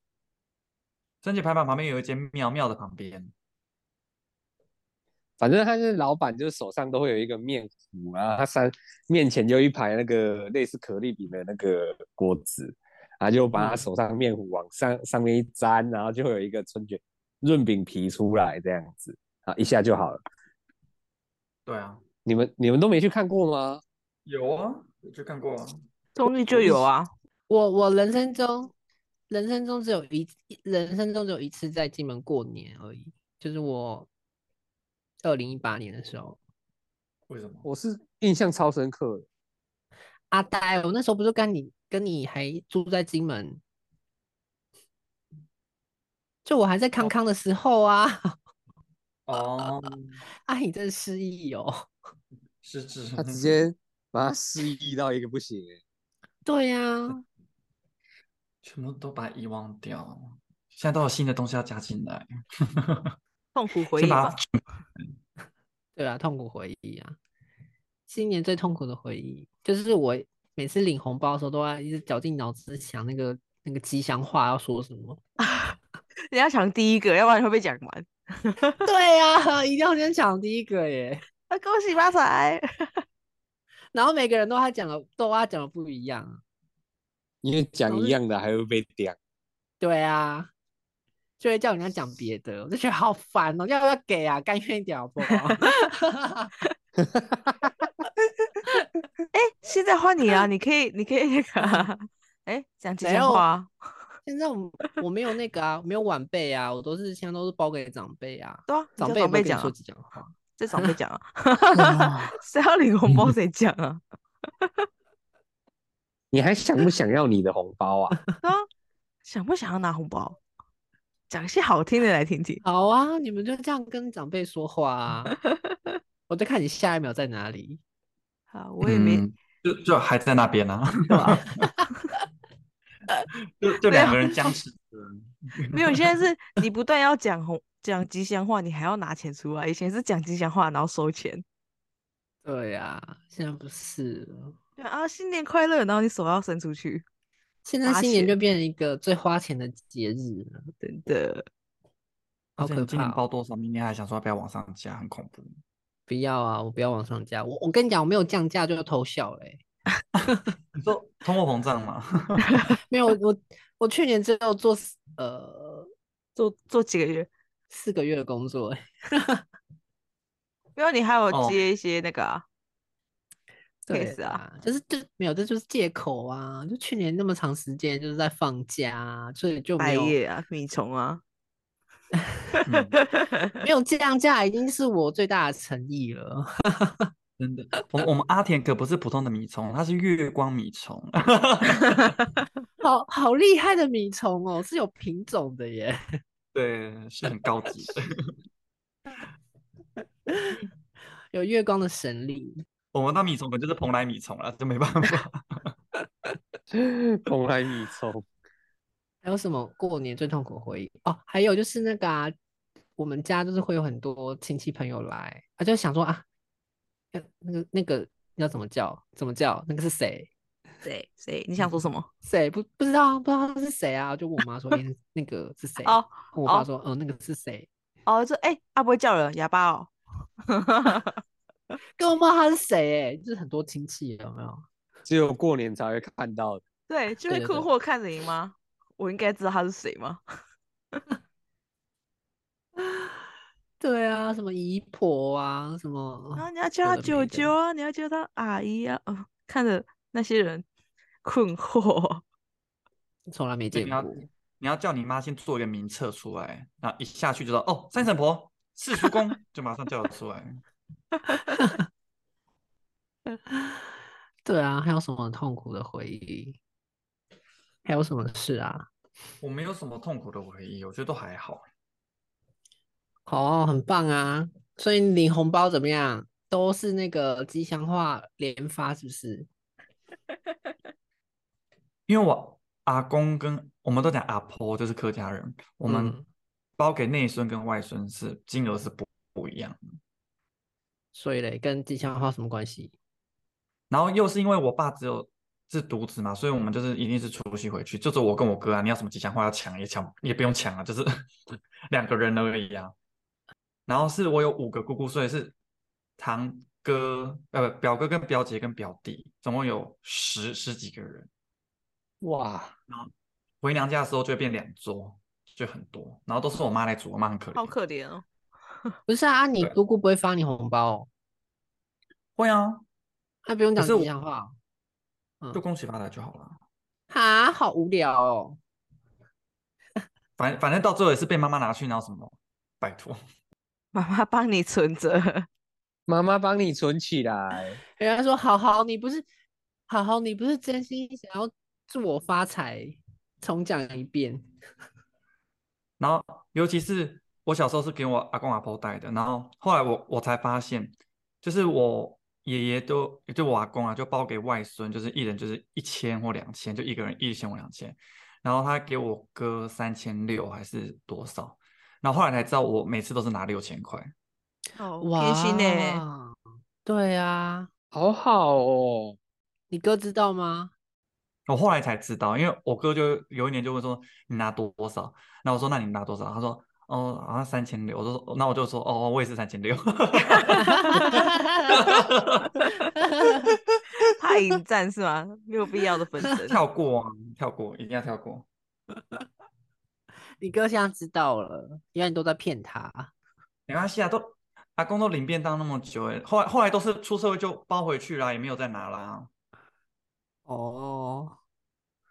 [SPEAKER 4] 春节牌坊旁边有一间庙，庙的旁边。
[SPEAKER 2] 反正他是老板，就是手上都会有一个面糊啊，他三面前就一排那个类似可丽饼的那个锅子，然后就把他
[SPEAKER 4] 嗯
[SPEAKER 2] 手上面糊往上上面一沾，然后就会有一个春卷润饼皮出来这样子啊，一下就好了。
[SPEAKER 4] 对啊，
[SPEAKER 2] 你们你们都没去看过吗？
[SPEAKER 4] 有啊，我就看过啊。
[SPEAKER 1] 中立就有啊，
[SPEAKER 3] 我我人生中，人生中只有一次，人生中只有一次在金门过年而已，就是我二零一八年的时候，
[SPEAKER 4] 为什么？
[SPEAKER 2] 我是印象超深刻的，
[SPEAKER 3] 阿呆，我那时候不是跟你跟你还住在金门，就我还在康康的时候啊，
[SPEAKER 4] 哦，
[SPEAKER 3] 啊，你真失忆哦，
[SPEAKER 4] 是指
[SPEAKER 2] 他直接把他失忆到一个不行欸、
[SPEAKER 3] 对呀、
[SPEAKER 4] 全部都把它遗忘掉了，现在都有新的东西要加进来，
[SPEAKER 1] 痛苦回忆
[SPEAKER 4] 先把
[SPEAKER 1] 吧
[SPEAKER 4] 它。
[SPEAKER 3] 对啊，痛苦回忆啊，新年最痛苦的回忆就是我每次领红包的时候，都要一直绞尽脑汁想那个那那个吉祥话要说什么。
[SPEAKER 1] 你要抢第一个，要不然你会被讲完。
[SPEAKER 3] 对呀、一定要先讲第一个耶。
[SPEAKER 1] 啊，恭喜发财！
[SPEAKER 3] 然后每个人都他讲的都他讲的不一样。啊
[SPEAKER 2] 因为讲
[SPEAKER 3] 老
[SPEAKER 2] 一
[SPEAKER 3] 是
[SPEAKER 2] 样的还会被点。
[SPEAKER 3] 对啊，就会叫人家讲别的，我就觉得好烦哦。要不要给啊？甘愿一点好不好？
[SPEAKER 1] 现在换 你啊，你可以，你可以那个啊，哎，讲吉
[SPEAKER 3] 没
[SPEAKER 1] 祥
[SPEAKER 3] 有
[SPEAKER 1] 话啊。
[SPEAKER 3] 现在我我没有那个啊，没有晚辈啊，我都是现在都是包给长辈啊。
[SPEAKER 1] 对啊，你
[SPEAKER 3] 长
[SPEAKER 1] 叫
[SPEAKER 3] 辈有
[SPEAKER 1] 长
[SPEAKER 3] 没
[SPEAKER 1] 辈
[SPEAKER 3] 有跟
[SPEAKER 1] 讲
[SPEAKER 3] 你
[SPEAKER 1] 啊
[SPEAKER 3] 说，吉祥话？
[SPEAKER 1] 这长辈讲啊，谁要领红包谁讲啊？
[SPEAKER 2] 你还想不想要你的红包啊？
[SPEAKER 1] 对啊，想不想要拿红包？讲一些好听的来听听。
[SPEAKER 3] 好啊，你们就这样跟长辈说话啊。 我在看你下一秒在哪里。
[SPEAKER 1] 好，我也没，
[SPEAKER 4] 嗯就就还在那边呢、啊，
[SPEAKER 1] 对吧？
[SPEAKER 4] 就就
[SPEAKER 1] 没有
[SPEAKER 4] 两个人僵持着。
[SPEAKER 1] 没有，现在是你不但要讲红讲吉祥话，你还要拿钱出来。以前是讲吉祥话，然后收钱。
[SPEAKER 3] 对呀、现在不是了，
[SPEAKER 1] 对啊，新年快乐，然后你手要伸出去，
[SPEAKER 3] 现在
[SPEAKER 1] 花
[SPEAKER 3] 新年就
[SPEAKER 1] 钱
[SPEAKER 3] 变成一个最花钱的节日了，
[SPEAKER 1] 真的。
[SPEAKER 3] 好
[SPEAKER 4] 而且你
[SPEAKER 3] 可
[SPEAKER 4] 今年
[SPEAKER 3] 怕、
[SPEAKER 4] 报
[SPEAKER 3] 哦！
[SPEAKER 4] 多少，明年还想说要不要往上加，很恐怖。
[SPEAKER 3] 不要啊，我不要往上加。我我跟你讲，我没有降价就要偷笑欸嘞、
[SPEAKER 4] 你说通货膨胀吗？
[SPEAKER 3] 没有，我我去年只有做四呃
[SPEAKER 1] 做做几个月，
[SPEAKER 3] 四个月的工作、欸，
[SPEAKER 1] 因为你还有
[SPEAKER 4] 哦
[SPEAKER 1] 接一些那个、啊
[SPEAKER 3] 对
[SPEAKER 1] 确实啊
[SPEAKER 3] 啦，就是就没有，这就是借口啊！就去年那么长时间就是在放假、啊，所以就
[SPEAKER 1] 百
[SPEAKER 3] 没有
[SPEAKER 1] 叶啊、米虫啊。
[SPEAKER 4] 嗯
[SPEAKER 3] 没有降价，已经是我最大的诚意了。
[SPEAKER 4] 真的，我我们阿田可不是普通的米虫，它是月光米虫。
[SPEAKER 3] 好好厉害的米虫哦，是有品种的耶。
[SPEAKER 4] 对，是很高级的。
[SPEAKER 3] 有月光的神力，
[SPEAKER 4] 我们那米虫可能就是蓬莱米虫了，就没 办法。
[SPEAKER 2] 蓬莱米虫，
[SPEAKER 3] 还有什么过年最痛苦的回忆？哦，还有就是那个啊，我们家就是会有很多亲戚朋友来，啊，就想说啊，呃那个那个要怎么叫？怎么叫？那个是谁？
[SPEAKER 1] 谁谁？你想说什么？
[SPEAKER 3] 谁不不知道啊？不知道他是谁啊？就问我妈说，欸、那个是谁？
[SPEAKER 1] 哦
[SPEAKER 3] 问我爸
[SPEAKER 1] 哦
[SPEAKER 3] 说，嗯，那个是谁？
[SPEAKER 1] 哦，这哎，阿、不会叫人哑巴哦。
[SPEAKER 3] 根本不知道他是谁、欸，就是很多亲戚有没有？
[SPEAKER 2] 只有过年才会看到的。
[SPEAKER 1] 对，就会
[SPEAKER 3] 对对
[SPEAKER 1] 困
[SPEAKER 3] 对
[SPEAKER 1] 惑看着你吗？我应该知道他是谁吗？
[SPEAKER 3] 对啊，什么姨婆啊，什么
[SPEAKER 1] 然后你要叫
[SPEAKER 3] 有
[SPEAKER 1] 他
[SPEAKER 3] 的
[SPEAKER 1] 舅
[SPEAKER 3] 没的
[SPEAKER 1] 舅啊，你要叫他阿姨啊，哦、看着那些人困惑。
[SPEAKER 3] 从来没
[SPEAKER 4] 所以
[SPEAKER 3] 见
[SPEAKER 4] 你要
[SPEAKER 3] 过。
[SPEAKER 4] 你要叫你妈先做一个名册出来，然后一下去就知道哦，三婶婆、四叔公，就马上叫得出来。
[SPEAKER 3] 对啊，还有什么痛苦的回忆？还有什么事啊？
[SPEAKER 4] 我没有什么痛苦的回忆，我觉得都还好。
[SPEAKER 3] 哦，很棒啊！所以你领红包怎么样？都是那个吉祥话连发，是不是？
[SPEAKER 4] 因为我阿公跟我们都讲阿婆就是客家人，我们
[SPEAKER 3] 嗯
[SPEAKER 4] 包给内孙跟外孙是金额是不不一样的。
[SPEAKER 3] 所以嘞，跟吉祥话什么关系？
[SPEAKER 4] 然后又是因为我爸只有是独子嘛，所以我们就是一定是除夕回去，就是我跟我哥啊，你要什么吉祥话要抢也抢也不用抢啊，就是 两个人而已啊。然后是我有五个姑姑，所以是堂哥呃不表哥跟表姐跟表弟，总共有十十几个人。
[SPEAKER 3] 哇，
[SPEAKER 4] 回娘家的时候就会变两桌，就很多，然后都是我妈来煮，我妈很可
[SPEAKER 1] 好
[SPEAKER 4] 怜。
[SPEAKER 1] 可怜哦。
[SPEAKER 3] 不是啊，你
[SPEAKER 4] 对
[SPEAKER 3] 姑姑不会发你红包哦，
[SPEAKER 4] 会啊，
[SPEAKER 3] 她不用
[SPEAKER 4] 可
[SPEAKER 3] 讲
[SPEAKER 4] 是
[SPEAKER 3] 吉
[SPEAKER 4] 我
[SPEAKER 3] 祥话哦。
[SPEAKER 4] 就恭喜发财就好了。
[SPEAKER 3] 哈，好无聊哦。
[SPEAKER 4] 反反正到最后也是被妈妈拿去，然后什么，拜托。
[SPEAKER 1] 妈妈帮你存着，
[SPEAKER 2] 妈妈帮你存起来，
[SPEAKER 3] 人家说好好，你不是好好，你不是真心想要祝我发财？重讲一遍，
[SPEAKER 4] 然后尤其是我小时候是给我阿公阿婆带的，然后后来我我才发现，就是我爷爷都就我阿公啊，就包给外孙，就是一人就是一千或两千，就一个人一千或两千，然后他给我哥三千六还是多少，然后后来才知道我每次都是拿六千块，
[SPEAKER 1] 哦，
[SPEAKER 3] 哇，
[SPEAKER 1] 贴心呢、
[SPEAKER 4] 欸
[SPEAKER 3] 对啊，
[SPEAKER 2] 好好哦。
[SPEAKER 3] 你哥知道吗？
[SPEAKER 4] 我后来才知道，因为我哥就有一年就问说你拿多少，那我说那你拿多少？他说哦好像三千六，我就说那我就说哦我也是三千六，
[SPEAKER 1] 怕迎战是吗？没有必要的纷争。
[SPEAKER 4] 跳过啊跳过，一定要跳过。
[SPEAKER 3] 你哥现在知道了，原来你都在骗他。
[SPEAKER 4] 没关系啊，都阿公都领便当那么久哎，后来后来都是出社会就包回去啦，也没有再拿啦。
[SPEAKER 3] 哦，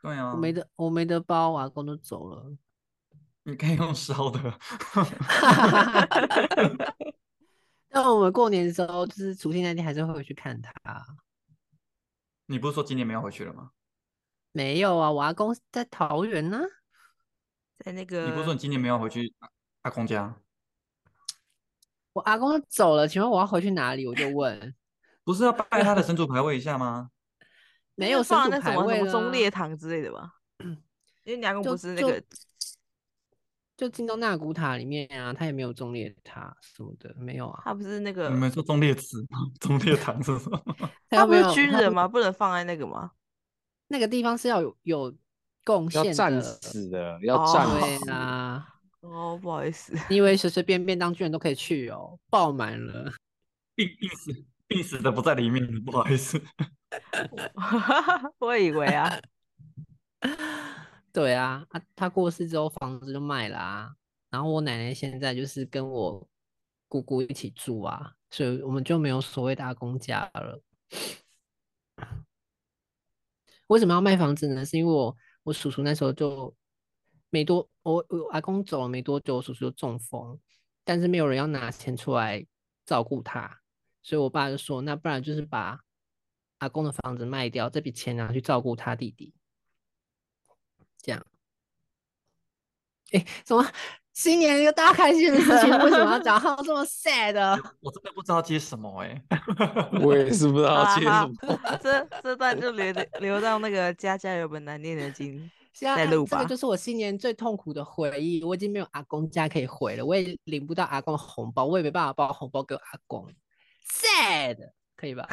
[SPEAKER 4] 对啊，
[SPEAKER 3] 我
[SPEAKER 1] 嗯
[SPEAKER 3] 没得，我没得包，我阿公都走 了。
[SPEAKER 4] 你可以用烧的。
[SPEAKER 3] 那我们过年的时候，就是除夕那天还是会回去看他。
[SPEAKER 4] 你不是说今年没有回去了吗？
[SPEAKER 3] 没有啊，我阿公在桃园呢、
[SPEAKER 1] 在那个，
[SPEAKER 4] 你不是说你今年没有回去阿阿公家？
[SPEAKER 3] 我阿公走了，请问我要回去哪里？我就问，
[SPEAKER 4] 不是要拜他的神主牌位一下吗？
[SPEAKER 3] 没
[SPEAKER 1] 应
[SPEAKER 3] 有
[SPEAKER 1] 该
[SPEAKER 3] 神
[SPEAKER 1] 放
[SPEAKER 3] 主
[SPEAKER 1] 那什
[SPEAKER 3] 牌
[SPEAKER 1] 么
[SPEAKER 3] 位
[SPEAKER 1] 什么
[SPEAKER 3] 啦
[SPEAKER 1] 忠烈堂之类的吧？ 因为你阿公
[SPEAKER 3] 就
[SPEAKER 1] 不是那
[SPEAKER 3] 就
[SPEAKER 1] 个
[SPEAKER 3] 就进到那古塔里面啊，他也没有忠烈塔什么的，没有啊，
[SPEAKER 1] 他不是那个
[SPEAKER 4] 你，们说忠烈祠吗？ 忠烈堂是什么？
[SPEAKER 1] 他
[SPEAKER 3] 又
[SPEAKER 1] 不
[SPEAKER 3] 没
[SPEAKER 1] 是
[SPEAKER 3] 有
[SPEAKER 1] 军
[SPEAKER 3] 他
[SPEAKER 1] 人
[SPEAKER 3] 不
[SPEAKER 1] 吗？不能放在那个吗？
[SPEAKER 3] 那个地方是要有有贡
[SPEAKER 2] 要
[SPEAKER 3] 献
[SPEAKER 2] 战
[SPEAKER 3] 的，
[SPEAKER 2] 死的，要
[SPEAKER 1] 哦
[SPEAKER 2] 战
[SPEAKER 3] 对啊
[SPEAKER 2] 死的。
[SPEAKER 3] 啦。
[SPEAKER 1] 哦，不好意思，
[SPEAKER 3] 你以为随随便便当居然都可以去哦？爆满了，
[SPEAKER 4] 病病死病死的不在里面，不好意思。
[SPEAKER 1] 我以为啊，
[SPEAKER 3] 对啊，啊，他过世之后房子就卖啦、然后我奶奶现在就是跟我姑姑一起住啊，所以我们就没有所谓的阿公家了。为什么要卖房子呢？是因为我我叔叔那时候就没多，我我阿公走了没多久，我叔叔就中风，但是没有人要拿钱出来照顾他，所以我爸就说，那不然就是把阿公的房子卖掉，这笔钱拿去照顾他弟弟。这样，哎，怎么 新年一个大家开心的事情，为什么要讲到这么 sad 哦的？
[SPEAKER 4] 啊我真的不知道接什么哎、
[SPEAKER 2] 我也是不知道接什
[SPEAKER 1] 啊
[SPEAKER 2] 么。
[SPEAKER 1] 这这段就留的留到那个家家有本难念的 经。
[SPEAKER 3] 现在啊
[SPEAKER 1] 再录
[SPEAKER 3] 这
[SPEAKER 1] 吧
[SPEAKER 3] 个就是我新年最痛苦的回忆，我已经没有阿公家可以回了，我也领不到阿公的红包，我也没办法包红包给我阿公，sad，可以吧？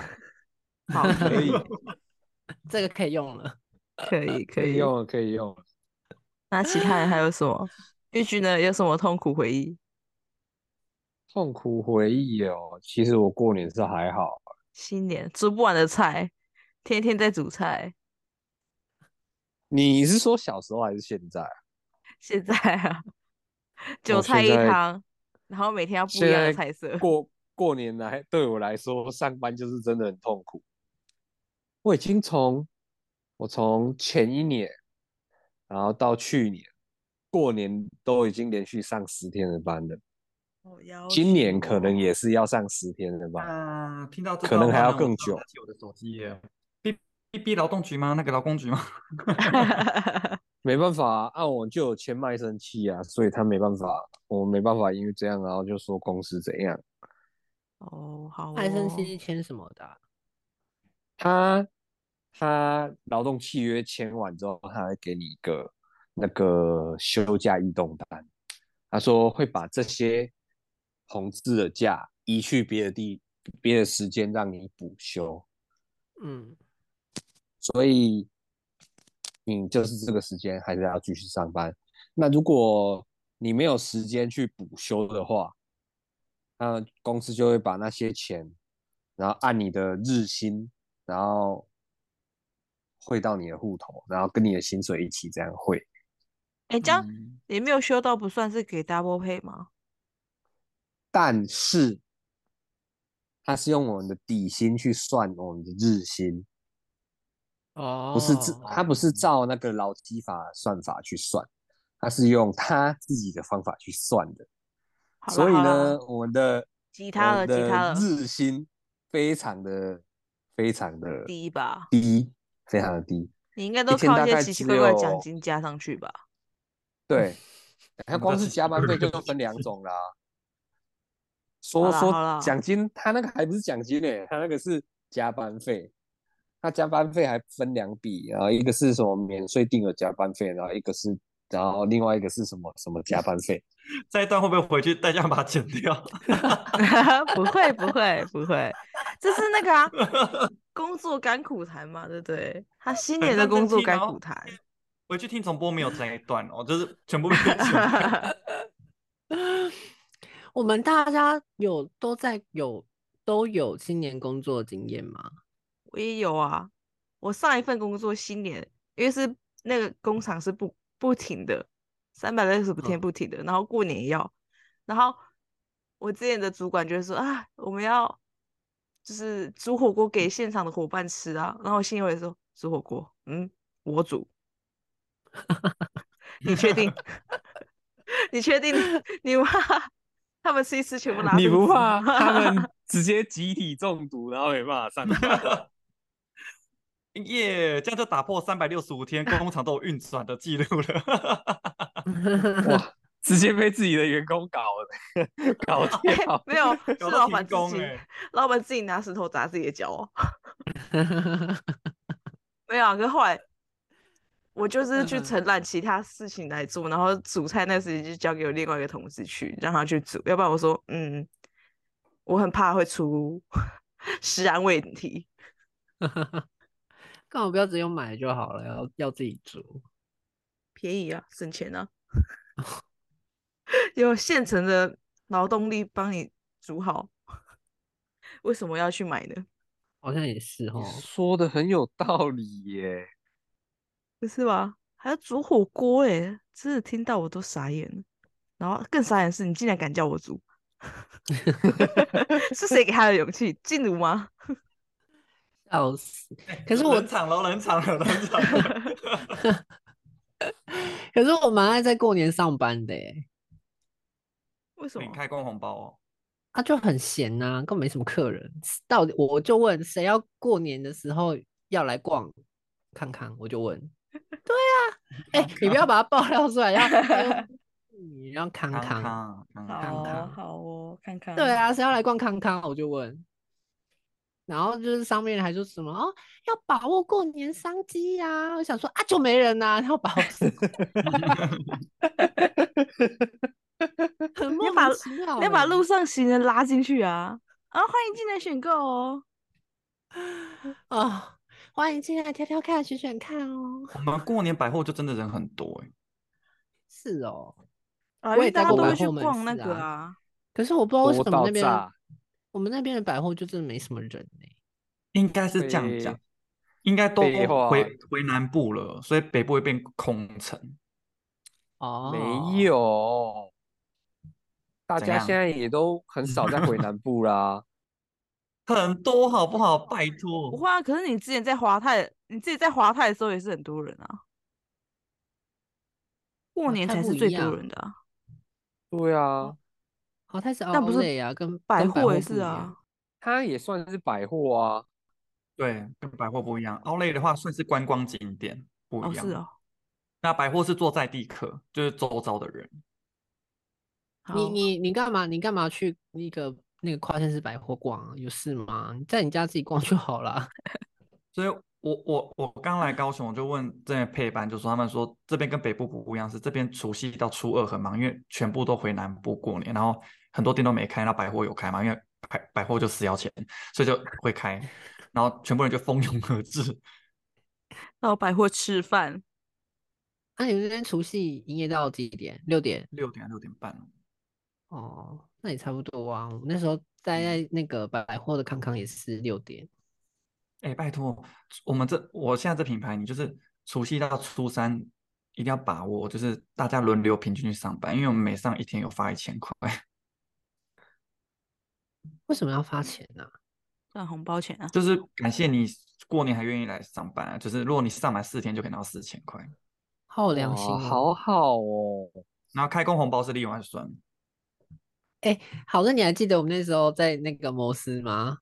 [SPEAKER 1] 好，
[SPEAKER 2] 可以，
[SPEAKER 3] 这个可以用了。
[SPEAKER 1] 可以，可
[SPEAKER 2] 可以
[SPEAKER 1] 以。
[SPEAKER 2] 用了，可以用了。
[SPEAKER 1] 那其他人还有什么？玉君呢？有什么痛苦回忆？
[SPEAKER 2] 痛苦回忆哦，其实我过年是还好，
[SPEAKER 1] 新年煮不完的菜，天天在煮菜。
[SPEAKER 2] 你是说小时候还是现在？
[SPEAKER 1] 现在啊，韭
[SPEAKER 2] 我
[SPEAKER 1] 菜
[SPEAKER 2] 哦现
[SPEAKER 1] 一
[SPEAKER 2] 在
[SPEAKER 1] 汤，然后每天要不
[SPEAKER 2] 现
[SPEAKER 1] 一样的
[SPEAKER 2] 在
[SPEAKER 1] 菜色。
[SPEAKER 2] 过过年来对我来说，上班就是真的很痛苦。我已经从我从前一年，然后到去年过年都已经连续上十天的班了，今年可能也是要上十天的班。
[SPEAKER 4] 啊，听到这
[SPEAKER 2] 可
[SPEAKER 4] 段
[SPEAKER 2] 能
[SPEAKER 4] 话
[SPEAKER 2] 还要
[SPEAKER 4] 让我
[SPEAKER 2] 更
[SPEAKER 4] 知
[SPEAKER 2] 久
[SPEAKER 4] 道拿起我的手机耶。B B B 劳动局吗？那个劳工局吗？
[SPEAKER 3] 哦
[SPEAKER 2] 没办法啊，啊我就有签卖身契啊，所以他没办法，我没办法因为这样，然后就说公司怎样。
[SPEAKER 1] 哦，好
[SPEAKER 3] 爱生
[SPEAKER 1] 哦
[SPEAKER 3] 气签什么的啊、
[SPEAKER 2] 他他劳动契约签完之后，他会给你一个那个休假异动单，他说会把这些红字的假移去别的地、别的时间让你补休，
[SPEAKER 3] 嗯，
[SPEAKER 2] 所以你就是这个时间还是要继续上班。那如果你没有时间去补休的话，那公司就会把那些钱，然后按你的日薪，然后汇到你的户头，然后跟你的薪水一起这样汇。
[SPEAKER 1] 哎，这样
[SPEAKER 4] 嗯
[SPEAKER 1] 你没有修到，不算是给 double pay 吗？
[SPEAKER 2] 但是，它是用我们的底薪去算我们的日薪，
[SPEAKER 3] 哦，
[SPEAKER 2] 不是自，他不是照那个劳基法的算法去算，他是用他自己的方法去算的。
[SPEAKER 1] 好啦
[SPEAKER 2] 所以
[SPEAKER 1] 好啦
[SPEAKER 2] 呢，我们的
[SPEAKER 1] 吉
[SPEAKER 2] 我
[SPEAKER 1] 他
[SPEAKER 2] 们
[SPEAKER 1] 了吉他
[SPEAKER 2] 的
[SPEAKER 1] 了
[SPEAKER 2] 日薪非常的非常的
[SPEAKER 1] 低吧？
[SPEAKER 2] 低，非常的低。
[SPEAKER 1] 你应该都
[SPEAKER 2] 天
[SPEAKER 1] 靠
[SPEAKER 2] 大
[SPEAKER 1] 一些
[SPEAKER 2] 概
[SPEAKER 1] 奇奇
[SPEAKER 2] 只
[SPEAKER 1] 怪怪的奖
[SPEAKER 2] 有
[SPEAKER 1] 金加上 去吧？
[SPEAKER 2] 对，他
[SPEAKER 4] 们
[SPEAKER 2] 光
[SPEAKER 4] 在
[SPEAKER 2] 是
[SPEAKER 4] 吃
[SPEAKER 2] 加班费就分两种啦。说
[SPEAKER 1] 好啦好啦
[SPEAKER 2] 说奖金，他那个还不是奖金呢、欸他那个是加班费。他加班费还分两笔，然后一个是什么免税定额加班费，然后一个是，然后另外一个是什么什么加班费。
[SPEAKER 4] 这一段会不会回去大家把它剪掉？
[SPEAKER 1] 不会不会不会，这是那个 啊，工作甘苦谈嘛，对不对？他新年的工作甘苦 谈，
[SPEAKER 4] 回去听重播没有这一段哦，就是全部被剪 掉
[SPEAKER 3] 我们大家有都在有都有新年工作经验吗？
[SPEAKER 1] 我也有啊。我上一份工作新年，因为是那个工厂是不不停的，三百六十五天
[SPEAKER 3] 嗯
[SPEAKER 1] 不停的，然后过年也要。然后我之前的主管就会说啊，我们要就是煮火锅给现场的伙伴吃啊。然后我心里会说煮火锅，嗯，我煮。你确定？ 你确定？ 你怕他们吃一吃全部拉
[SPEAKER 2] 你
[SPEAKER 1] 肚
[SPEAKER 2] 不
[SPEAKER 1] 子
[SPEAKER 2] 怕
[SPEAKER 1] 吗 。
[SPEAKER 2] 他们直接集体中毒，然后没办法上班？
[SPEAKER 4] 耶这样就打破三百六十五天工厂都有运转的记录 了。
[SPEAKER 2] 哇，直接被自己的员工搞了， 搞掉
[SPEAKER 1] 没有，是
[SPEAKER 4] 搞
[SPEAKER 1] 老
[SPEAKER 4] 到
[SPEAKER 1] 板
[SPEAKER 4] 停
[SPEAKER 1] 自
[SPEAKER 4] 工
[SPEAKER 1] 己，
[SPEAKER 4] 哎、
[SPEAKER 1] 老板自己拿石头砸自己的脚哦。 没有啊，可是后来我就是去
[SPEAKER 3] 嗯
[SPEAKER 1] 承揽其他事情来做，然后煮菜那时间就交给我另外一个同事去，让他去煮，要不然我说，嗯，我很怕会出 食安问题。
[SPEAKER 3] 干嘛不要只有买就好了，要要自己煮。
[SPEAKER 1] 便宜啊，省钱 啊，有现成的劳动力帮你煮好，为什么要去买呢？
[SPEAKER 3] 好像也是哦
[SPEAKER 2] 你，说的很有道理耶，
[SPEAKER 1] 不是吧？还要煮火锅哎、真的听到我都傻眼了。然后更傻眼的是，你竟然敢叫我煮， 是谁给他的勇气？静茹吗？
[SPEAKER 3] 笑死！可是我
[SPEAKER 4] 冷场了，冷场了，冷场 了。
[SPEAKER 3] 可是我蛮爱在过年上班的耶，
[SPEAKER 1] 为什么
[SPEAKER 4] 你？ 开工红包哦，
[SPEAKER 3] 啊就很闲呐、根本没什么客人。到底我就问谁要过年的时候要来逛看看，我就问。对 啊，哎、你不要把它爆料出来，要要你要康
[SPEAKER 4] 康
[SPEAKER 3] 康。
[SPEAKER 1] 哎好
[SPEAKER 4] 康康康
[SPEAKER 3] 看看
[SPEAKER 1] 哦，好哦，看看。
[SPEAKER 3] 对，啊，谁要来逛康康？我就问。然后就是上面还说什么哦，要把握过年商机呀、我想说啊，就没人呐、然后把握什么很莫
[SPEAKER 1] 把
[SPEAKER 3] 名其 妙
[SPEAKER 1] 你要把
[SPEAKER 3] 欸
[SPEAKER 1] 路上行人拉进去啊！啊，欢迎进来选购哦。
[SPEAKER 3] 哦，欢迎进来挑挑看、选选看哦。
[SPEAKER 4] 我们过年百货就真的人很多哎、
[SPEAKER 3] 是哦，
[SPEAKER 1] 啊，
[SPEAKER 3] 我
[SPEAKER 1] 因
[SPEAKER 3] 也
[SPEAKER 1] 为大家
[SPEAKER 3] 在过
[SPEAKER 1] 都
[SPEAKER 3] 百
[SPEAKER 1] 会去
[SPEAKER 3] 货门
[SPEAKER 1] 逛那
[SPEAKER 3] 市
[SPEAKER 1] 个
[SPEAKER 3] 啊
[SPEAKER 1] 啊。
[SPEAKER 3] 可是我不知道为
[SPEAKER 2] 多
[SPEAKER 3] 什么
[SPEAKER 2] 到
[SPEAKER 3] 那边
[SPEAKER 2] 炸
[SPEAKER 3] 我们那边的百货就真的没什么人呢、
[SPEAKER 4] 应该是这样讲，应该都
[SPEAKER 2] 废话
[SPEAKER 4] 回回南部了，所以北部会变空城。
[SPEAKER 3] 哦，
[SPEAKER 2] 没，有，大
[SPEAKER 4] 怎
[SPEAKER 2] 家
[SPEAKER 4] 样
[SPEAKER 2] 现在也都很少再回南部 啦。
[SPEAKER 4] 很多好不好？拜托，
[SPEAKER 1] 不会啊，可是你之前在华泰，你自己在华泰的时候也是很多人啊。过
[SPEAKER 3] 华
[SPEAKER 1] 年
[SPEAKER 3] 泰
[SPEAKER 1] 才
[SPEAKER 3] 啊不
[SPEAKER 1] 是
[SPEAKER 3] 一
[SPEAKER 1] 最多
[SPEAKER 3] 样
[SPEAKER 1] 人的啊。
[SPEAKER 2] 对啊，
[SPEAKER 3] 好，哦它是
[SPEAKER 1] 但不是
[SPEAKER 3] Outlet 啊，跟
[SPEAKER 1] 百
[SPEAKER 3] 跟
[SPEAKER 1] 货也
[SPEAKER 3] 不
[SPEAKER 1] 是
[SPEAKER 3] 一
[SPEAKER 1] 啊
[SPEAKER 3] 样。。
[SPEAKER 2] 它也算是百货啊。
[SPEAKER 4] 对，跟百货不一样。奥莱的话算是观光景点，不
[SPEAKER 1] 哦，
[SPEAKER 4] 一样。
[SPEAKER 1] 是哦。
[SPEAKER 4] 那百货是做在地客，就是周遭的人。
[SPEAKER 1] 哦好
[SPEAKER 3] 你你你干嘛？你干嘛去那个那个跨县市百货逛啊？有事吗？你在你家自己逛就好 啦。
[SPEAKER 4] 所以我我我刚来高雄，我就问这边配班，就说他们说这边跟北部不一样，是这边除夕到初二很忙，因为全部都回南部过年，然后很多店都没开，那百货有开嘛，因为百百货就死要钱，所以就会开，然后全部人就蜂拥而至。
[SPEAKER 1] 到百货吃饭，
[SPEAKER 3] 啊那、你们这边除夕营业到几点？六点？
[SPEAKER 4] 六点六点半，
[SPEAKER 3] 哦，那也差不多啊。我那时候
[SPEAKER 1] 嗯
[SPEAKER 3] 待在那个百货的康康也是六点。
[SPEAKER 4] 哎、拜托，我们这我现在这品牌，你就是除夕到初三一定要把握，就是大家轮流平均去上班，因为我们每上一天有发一千块。
[SPEAKER 3] 为什么要发钱啊呢、
[SPEAKER 1] 赚红包钱啊。
[SPEAKER 4] 就是感谢你过年还愿意来上班啊，就是如果你上满四天就可以拿到四千块，
[SPEAKER 3] 好有良
[SPEAKER 2] 哇
[SPEAKER 3] 心、哦，
[SPEAKER 2] 好好哦。
[SPEAKER 4] 然后开工红包是另外算。
[SPEAKER 3] 好。那你还记得我们那时候在那个摩斯吗？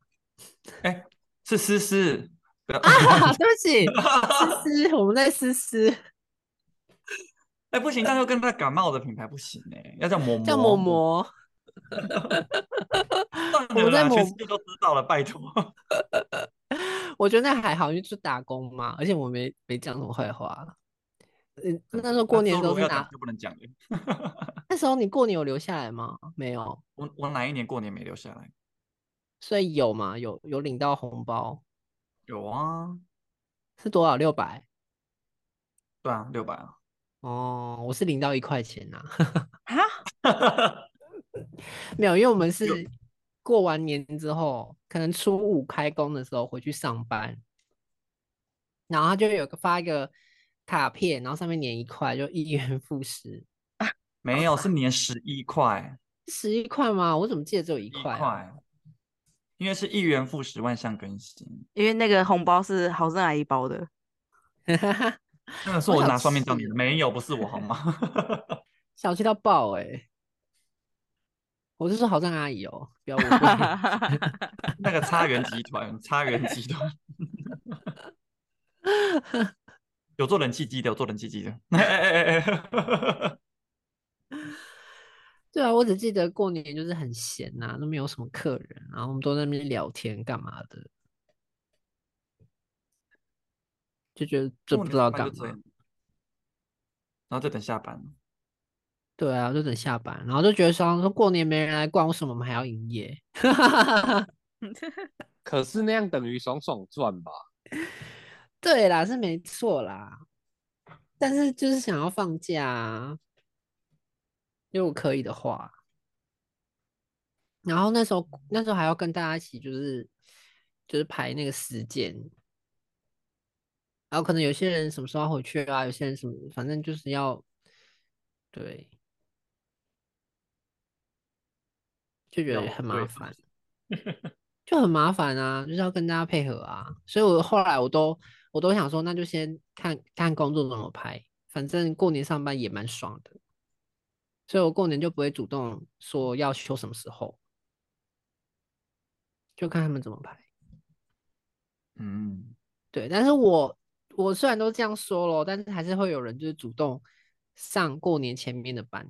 [SPEAKER 4] 哎，是思思，不要
[SPEAKER 3] 啊， 对不起， 思思，我们在思思
[SPEAKER 4] 哎不行，那就跟那感冒的品牌不行哎，要叫嬷嬷。
[SPEAKER 3] 叫嬷，嬷。
[SPEAKER 4] 算
[SPEAKER 3] 我
[SPEAKER 4] 了
[SPEAKER 3] 在
[SPEAKER 4] 啦，全
[SPEAKER 3] 嬷
[SPEAKER 4] 世界都知道了，拜托。
[SPEAKER 3] 我觉得那还好，因为就打工嘛，而且我没没讲什么坏话。嗯，那时候 过 年
[SPEAKER 4] 那
[SPEAKER 3] 都
[SPEAKER 4] 如果
[SPEAKER 3] 是
[SPEAKER 4] 要讲
[SPEAKER 3] 拿，
[SPEAKER 4] 就不能讲了。
[SPEAKER 3] 那时候你过年有留下来吗？没有，
[SPEAKER 4] 我我哪一年过年没留下来？
[SPEAKER 3] 所以有嘛？有有领到红包
[SPEAKER 4] 有啊，
[SPEAKER 3] 是多少？六百
[SPEAKER 4] 对啊，六百啊，
[SPEAKER 3] 哦，我是领到一块钱呐、
[SPEAKER 1] 啊，
[SPEAKER 3] 没有，因为我们是
[SPEAKER 4] 有
[SPEAKER 3] 过完年之后，可能初五开工的时候回去上班，然后他就有个发一个卡片，然后上面粘一块，就一元复始，
[SPEAKER 4] 没有是年十一块
[SPEAKER 3] 十一块吗？我怎么记得只有一
[SPEAKER 4] 一
[SPEAKER 3] 块啊、
[SPEAKER 4] 块，因为是一元复始，万象更新，
[SPEAKER 1] 因为那个红包是好生阿姨包 的，
[SPEAKER 4] 那个是
[SPEAKER 3] 好
[SPEAKER 4] 我
[SPEAKER 3] 想
[SPEAKER 4] 拿双面
[SPEAKER 3] 吃
[SPEAKER 4] 胶你的，
[SPEAKER 3] 哦
[SPEAKER 4] 没有不是我好吗？
[SPEAKER 3] 小气到爆哎、我是说好像阿姨哦，不要误 会。
[SPEAKER 4] 那个差源集团，差源集团有做冷气机的，有做冷气机的。 哎哎哎哎
[SPEAKER 3] 对啊，我只记得过年就是很闲呐、都没有什么客人，然后我们都在那边聊天干嘛的，就觉得这
[SPEAKER 4] 过
[SPEAKER 3] 不知
[SPEAKER 4] 年
[SPEAKER 3] 道
[SPEAKER 4] 上班
[SPEAKER 3] 干
[SPEAKER 4] 就这
[SPEAKER 3] 嘛
[SPEAKER 4] 样。然后就等下班。
[SPEAKER 3] 对啊，就等下班，然后就觉得说说过年没人来逛，为什么我们还要营业？
[SPEAKER 2] 可是那样等于爽爽赚吧？
[SPEAKER 3] 对啦，是没错啦，但是就是想要放假啊，如果可以的话。然后那时候那时候还要跟大家一起就是就是排那个时间，然后可能有些人什么时候要回去啊，有些人什么，反正就是要对，就觉
[SPEAKER 4] 要
[SPEAKER 3] 得很麻
[SPEAKER 4] 对
[SPEAKER 3] 烦。 就很麻烦啊，就是要跟大家配合啊，所以我后来我都我都想说，那就先看看工作怎么排，反正过年上班也蛮爽的，所以我过年就不会主动说要休什么时候，就看他们怎么排。
[SPEAKER 4] 嗯，
[SPEAKER 3] 对，但是我我虽然都这样说咯，但是还是会有人就是主动上过年前面的班，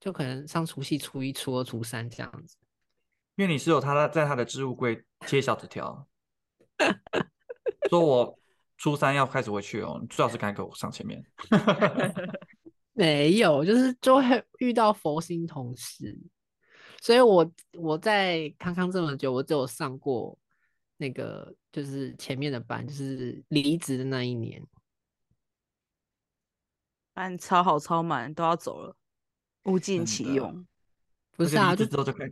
[SPEAKER 3] 就可能上除夕、初一、初二、初三这样子。
[SPEAKER 4] 因为你是有他在他的置物柜贴小纸条，说我初三要开始回去哦，你最好是赶快给我上前面。
[SPEAKER 3] 没有，就是就会遇到佛心同事，所以我我在康康这么久，我只有上过那个就是前面的班，就是离职的那一年，
[SPEAKER 1] 把你抄好抄满都要走了，物尽
[SPEAKER 4] 真
[SPEAKER 1] 其
[SPEAKER 4] 的
[SPEAKER 1] 用。
[SPEAKER 3] 不
[SPEAKER 4] 而
[SPEAKER 3] 是
[SPEAKER 4] 且
[SPEAKER 3] 啊，
[SPEAKER 4] 离职
[SPEAKER 3] 就
[SPEAKER 4] 之后就开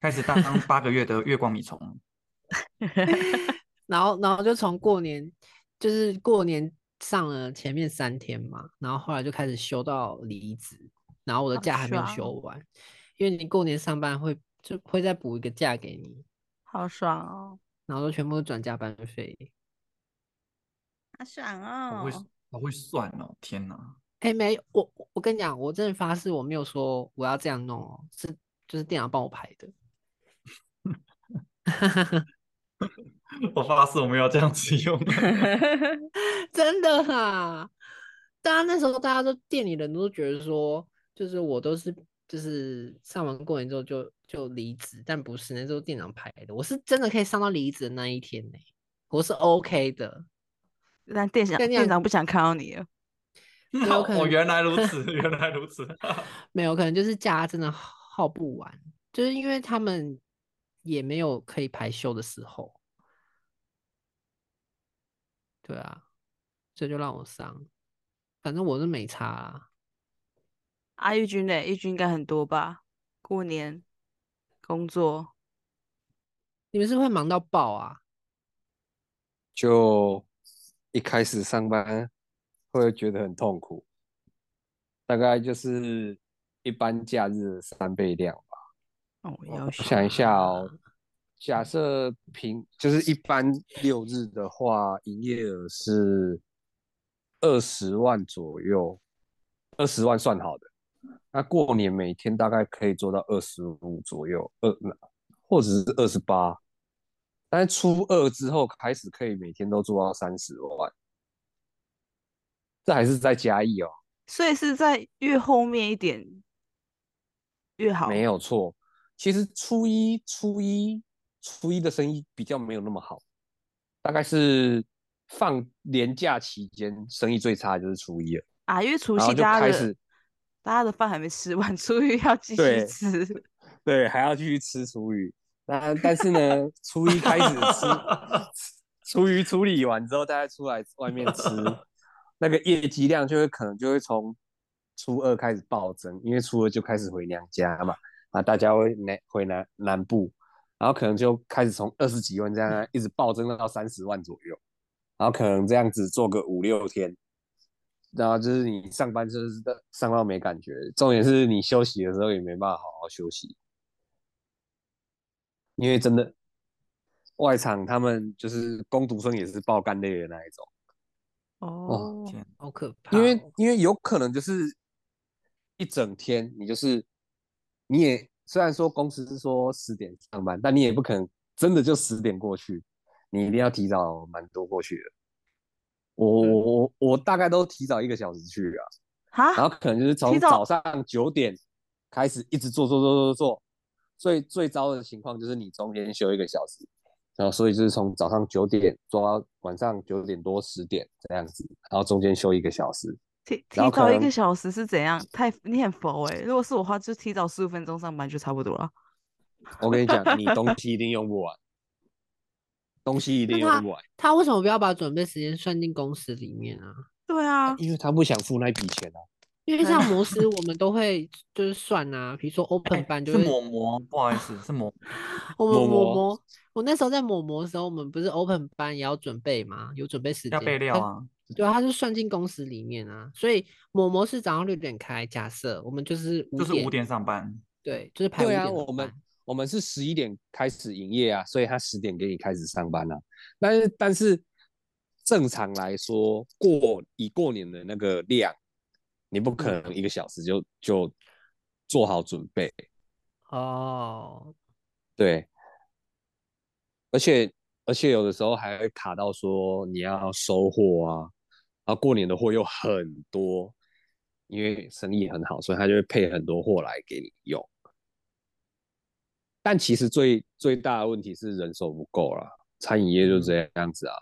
[SPEAKER 4] 开始当八个月的月光米虫，
[SPEAKER 3] 然后然后就从过年就是过年上了前面三天嘛，然后后来就开始休到离职，然后我的
[SPEAKER 1] 好
[SPEAKER 3] 假还没有
[SPEAKER 1] 爽哦
[SPEAKER 3] 休完，因为你过年上班会就会再补一个假给你，
[SPEAKER 1] 好爽 哦，
[SPEAKER 3] 然后就全部转加班费。
[SPEAKER 1] 好爽
[SPEAKER 4] 好会
[SPEAKER 1] 哦！
[SPEAKER 4] 好会算哦，天哪！
[SPEAKER 3] 哎、没，我我跟你讲，我真的发誓，我没有说我要这样弄哦，是就是电脑帮我排的。
[SPEAKER 4] 我发誓我们要这样子用。
[SPEAKER 3] 真的啊！大家那时候大家都店里人都觉得说，就是我都是就是上完过年之后就就离职，但不是那时候店长排的，我是真的可以上到离职的那一天呢、我是 OK 的。
[SPEAKER 1] 但店长
[SPEAKER 3] 跟你
[SPEAKER 1] 店
[SPEAKER 3] 讲
[SPEAKER 1] 长不想看到你了，
[SPEAKER 3] 有可
[SPEAKER 4] 哦，
[SPEAKER 3] 能
[SPEAKER 4] 原来如此，原来如 此。
[SPEAKER 3] 没有，可能就是假真的耗不完，就是因为他们也没有可以排休的时候。对啊，所以就让我上，反正我是没差啦。
[SPEAKER 1] 啊，玉军嘞，玉军应该很多吧？过年工作，
[SPEAKER 3] 你们是不是会忙到爆啊？
[SPEAKER 2] 就一开始上班会觉得很痛苦，大概就是一般假日的三倍量吧。
[SPEAKER 1] 哦，我
[SPEAKER 2] 我
[SPEAKER 1] 要
[SPEAKER 2] 想一
[SPEAKER 1] 学嗯
[SPEAKER 2] 下哦
[SPEAKER 3] 啊，
[SPEAKER 2] 假设平就是一般六日的话，营业额是二十万左右，二十万算好的。那过年每天大概可以做到二十五左右，二或者是二十八。但是初二之后开始可以每天都做到三十万，这还是在嘉义哦，
[SPEAKER 1] 所以是在越后面一点越好。
[SPEAKER 2] 没有错。其实初一、初一、初一的生意比较没有那么好，大概是放年假期间生意最差就是初一了。
[SPEAKER 1] 啊，因为除
[SPEAKER 2] 然
[SPEAKER 1] 夕
[SPEAKER 2] 后就
[SPEAKER 1] 大家
[SPEAKER 2] 开
[SPEAKER 1] 的
[SPEAKER 2] 始
[SPEAKER 1] 大家的饭还没吃完，初一要继续
[SPEAKER 2] 对
[SPEAKER 1] 吃。
[SPEAKER 2] 对，还要继续吃厨余，那但是呢，初一开始吃 初一处理完之后，大家出来外面吃，那个业绩量就会可能就会从初二开始暴增，因为初二就开始回娘家嘛，啊，大家会南回南南部，然后可能就开始从二十几万这样啊一直暴增到三十万左右，然后可能这样子做个五六天，然后就是你上班就是上到没感觉，重点是你休息的时候也没办法好好休息，因为真的外场他们就是工读生也是爆干累的那一种。
[SPEAKER 1] 哦，
[SPEAKER 4] 天
[SPEAKER 3] 好可怕哦！
[SPEAKER 2] 因为因为有可能就是一整天，你就是你也虽然说公司是说十点上班，但你也不可能真的就十点过去，你一定要提早蛮多过去的。我我我我大概都提早一个小时去啊，然后
[SPEAKER 1] 哈，
[SPEAKER 2] 可能就是从
[SPEAKER 1] 提早
[SPEAKER 2] 早上九点开始一直做做做做做，最最糟的情况就是你中间休一个小时，然后所以就是从早上九点做到晚上九点多十点这样子，然后中间休一个小时。
[SPEAKER 1] 提提
[SPEAKER 2] 然后可
[SPEAKER 1] 早一个
[SPEAKER 2] 能
[SPEAKER 1] 小时是怎样？太你很佛哎、如果是我的话，就提早十五分钟上班就差不多了。
[SPEAKER 2] 我跟你讲，你东西一定用不完，东西一定用不完，
[SPEAKER 3] 他为什么不要把准备时间算进公司里面啊？
[SPEAKER 1] 对啊，
[SPEAKER 2] 因为他不想付那笔钱啊。
[SPEAKER 3] 因为像摩斯，我们都会就是算啊，比如说
[SPEAKER 4] 哎
[SPEAKER 3] open 班就是会
[SPEAKER 4] 抹膜，不好意思，是抹。
[SPEAKER 3] 我们
[SPEAKER 2] 抹
[SPEAKER 3] 抹
[SPEAKER 2] 膜
[SPEAKER 3] 膜，我那时候在抹膜的时候，我们不是 open 班也要准备吗？有准备时
[SPEAKER 4] 要
[SPEAKER 3] 间
[SPEAKER 4] 备料
[SPEAKER 3] 它
[SPEAKER 4] 啊，
[SPEAKER 3] 对啊，它就算进公司里面啊。所以抹膜是早上六点开，假设我们就是五
[SPEAKER 4] 就是
[SPEAKER 3] 点，
[SPEAKER 4] 五点上班。
[SPEAKER 3] 对，就是排五
[SPEAKER 2] 对
[SPEAKER 3] 点
[SPEAKER 2] 啊，
[SPEAKER 3] 上
[SPEAKER 2] 我们
[SPEAKER 3] 班
[SPEAKER 2] 我们是十一点开始营业啊，所以他十点给你开始上班啊。但是但是正常来说，过以过年的那个量，你不
[SPEAKER 3] 嗯
[SPEAKER 2] 可能一个小时就就做好准备。
[SPEAKER 3] 哦，
[SPEAKER 2] 对，而且而且有的时候还会卡到说你要收货啊，然后过年的货又很多，因为生意很好，所以他就会配很多货来给你用。但其实最最大的问题是人手不够啦，餐饮业就这样子啊，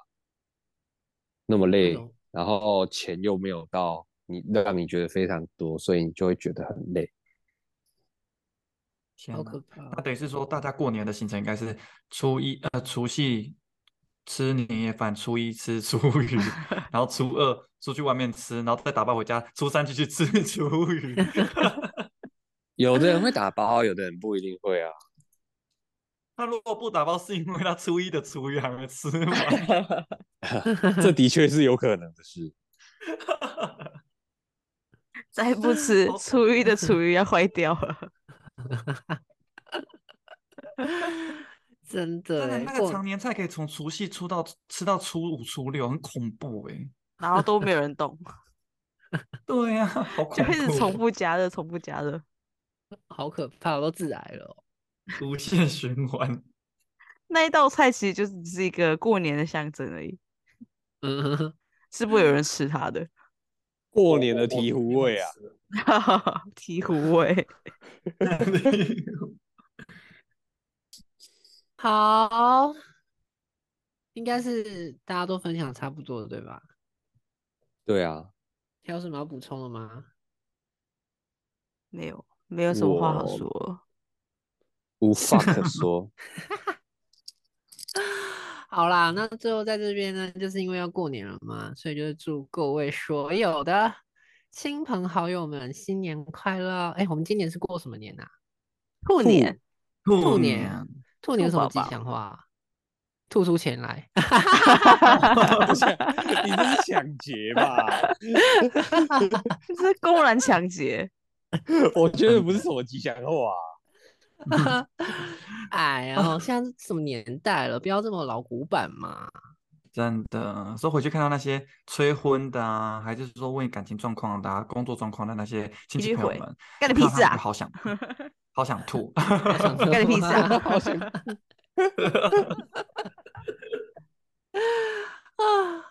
[SPEAKER 2] 那么累，
[SPEAKER 3] 种
[SPEAKER 2] 然后钱又没有到你让你觉得非常多，所以你就会觉得很累。
[SPEAKER 4] 天
[SPEAKER 3] 好
[SPEAKER 4] 哪
[SPEAKER 3] 可怕
[SPEAKER 4] 那
[SPEAKER 3] 哦。
[SPEAKER 4] 等于是说，大家过年的行程应该是初一呃除夕吃年夜饭，初一吃初 鱼，然后初二出去外面吃，然后再打包回家，初三继续 吃初鱼。
[SPEAKER 2] 有的人会打包，有的人不一定会啊。
[SPEAKER 4] 那如果不打包，是因为他初一的初鱼还没吃 完。
[SPEAKER 2] 这的确是有可能的事。
[SPEAKER 1] 再不吃，
[SPEAKER 4] 好
[SPEAKER 1] 厨余的厨余要坏掉了。
[SPEAKER 3] 真的
[SPEAKER 4] 真的，
[SPEAKER 3] 欸，
[SPEAKER 4] 那个
[SPEAKER 3] 过
[SPEAKER 4] 常年菜可以从除夕出到吃到初五、初六，很恐怖哎、
[SPEAKER 1] 然后都没有人 懂，
[SPEAKER 4] 对呀、 好恐怖
[SPEAKER 1] 就
[SPEAKER 4] 哦，
[SPEAKER 1] 一直重复加热，重复加热。
[SPEAKER 3] 好可怕，我都致癌了哦。
[SPEAKER 4] 无限循环。
[SPEAKER 1] 那一道菜其实就只是一个过年的象征而已，
[SPEAKER 3] 嗯，
[SPEAKER 1] 是不会有人吃它的。
[SPEAKER 2] 过年的醍醐味 啊！
[SPEAKER 1] 醍醐味，
[SPEAKER 3] 好，应该是大家都分享差不多了，对吧？
[SPEAKER 2] 对啊，
[SPEAKER 3] 还有什么要补充的吗？
[SPEAKER 1] 没有，没有什么话好
[SPEAKER 2] 我
[SPEAKER 1] 说了。
[SPEAKER 2] 无话可说。
[SPEAKER 3] 好啦，那最后在这边呢，就是因为要过年了嘛，所以就是祝各位所有的亲朋好友们新年快乐！哎，我们今年是过什么年呐、啊
[SPEAKER 1] 兔年，
[SPEAKER 4] 兔
[SPEAKER 3] 兔年兔年有
[SPEAKER 1] 兔
[SPEAKER 3] 什么
[SPEAKER 1] 宝
[SPEAKER 3] 吉
[SPEAKER 1] 宝
[SPEAKER 3] 祥话啊？吐出钱来，
[SPEAKER 2] 不是你这是抢劫吧？
[SPEAKER 1] 这是公然抢劫。
[SPEAKER 2] 我觉得不是什么吉祥话啊、
[SPEAKER 3] 哎呀，现在是什么年代了，不要这么老古板嘛。
[SPEAKER 4] 真的，所以回去看到那些催婚的啊，还是说问感情状况的啊、工作状况的那些亲
[SPEAKER 1] 必
[SPEAKER 4] 戚
[SPEAKER 1] 须
[SPEAKER 4] 朋友
[SPEAKER 1] 回
[SPEAKER 4] 们，
[SPEAKER 1] 干你
[SPEAKER 4] 看到
[SPEAKER 1] 屁事
[SPEAKER 4] 他们
[SPEAKER 1] 啊
[SPEAKER 4] 就好想 吐，好想吐。
[SPEAKER 3] 想
[SPEAKER 1] 干你屁事啊
[SPEAKER 3] 说
[SPEAKER 2] 好想吐！
[SPEAKER 3] 啊，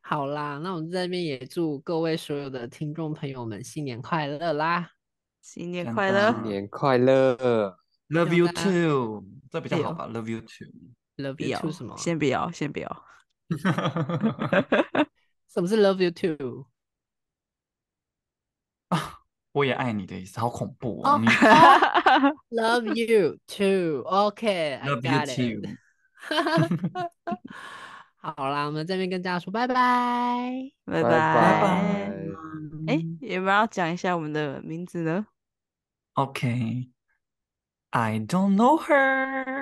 [SPEAKER 3] 好啦，那我们在这边也祝各位所有的听众朋友们新年快乐啦！
[SPEAKER 1] 新年
[SPEAKER 4] 真
[SPEAKER 1] 快
[SPEAKER 4] 的
[SPEAKER 1] 乐
[SPEAKER 2] 新年快乐！
[SPEAKER 4] Love
[SPEAKER 3] 有
[SPEAKER 4] you
[SPEAKER 3] 的哎
[SPEAKER 4] too，这比较好
[SPEAKER 1] 有
[SPEAKER 4] 吧？Love you too。
[SPEAKER 3] Love
[SPEAKER 1] 不
[SPEAKER 3] you
[SPEAKER 1] 要
[SPEAKER 3] too 什么？
[SPEAKER 1] 先不要，先不要。
[SPEAKER 3] 什么是 Love you too？
[SPEAKER 4] 我也爱你的意思，好恐怖
[SPEAKER 3] 哦
[SPEAKER 4] 哦！你
[SPEAKER 3] Love you too. OK, I
[SPEAKER 4] Love
[SPEAKER 3] got
[SPEAKER 4] you
[SPEAKER 3] it.
[SPEAKER 4] too
[SPEAKER 3] 好啦，我们这边跟大家说拜拜。
[SPEAKER 1] 拜拜。
[SPEAKER 2] 拜拜
[SPEAKER 1] 哎、有没有要讲一下我们的名字呢？
[SPEAKER 4] OK，I、don't know her。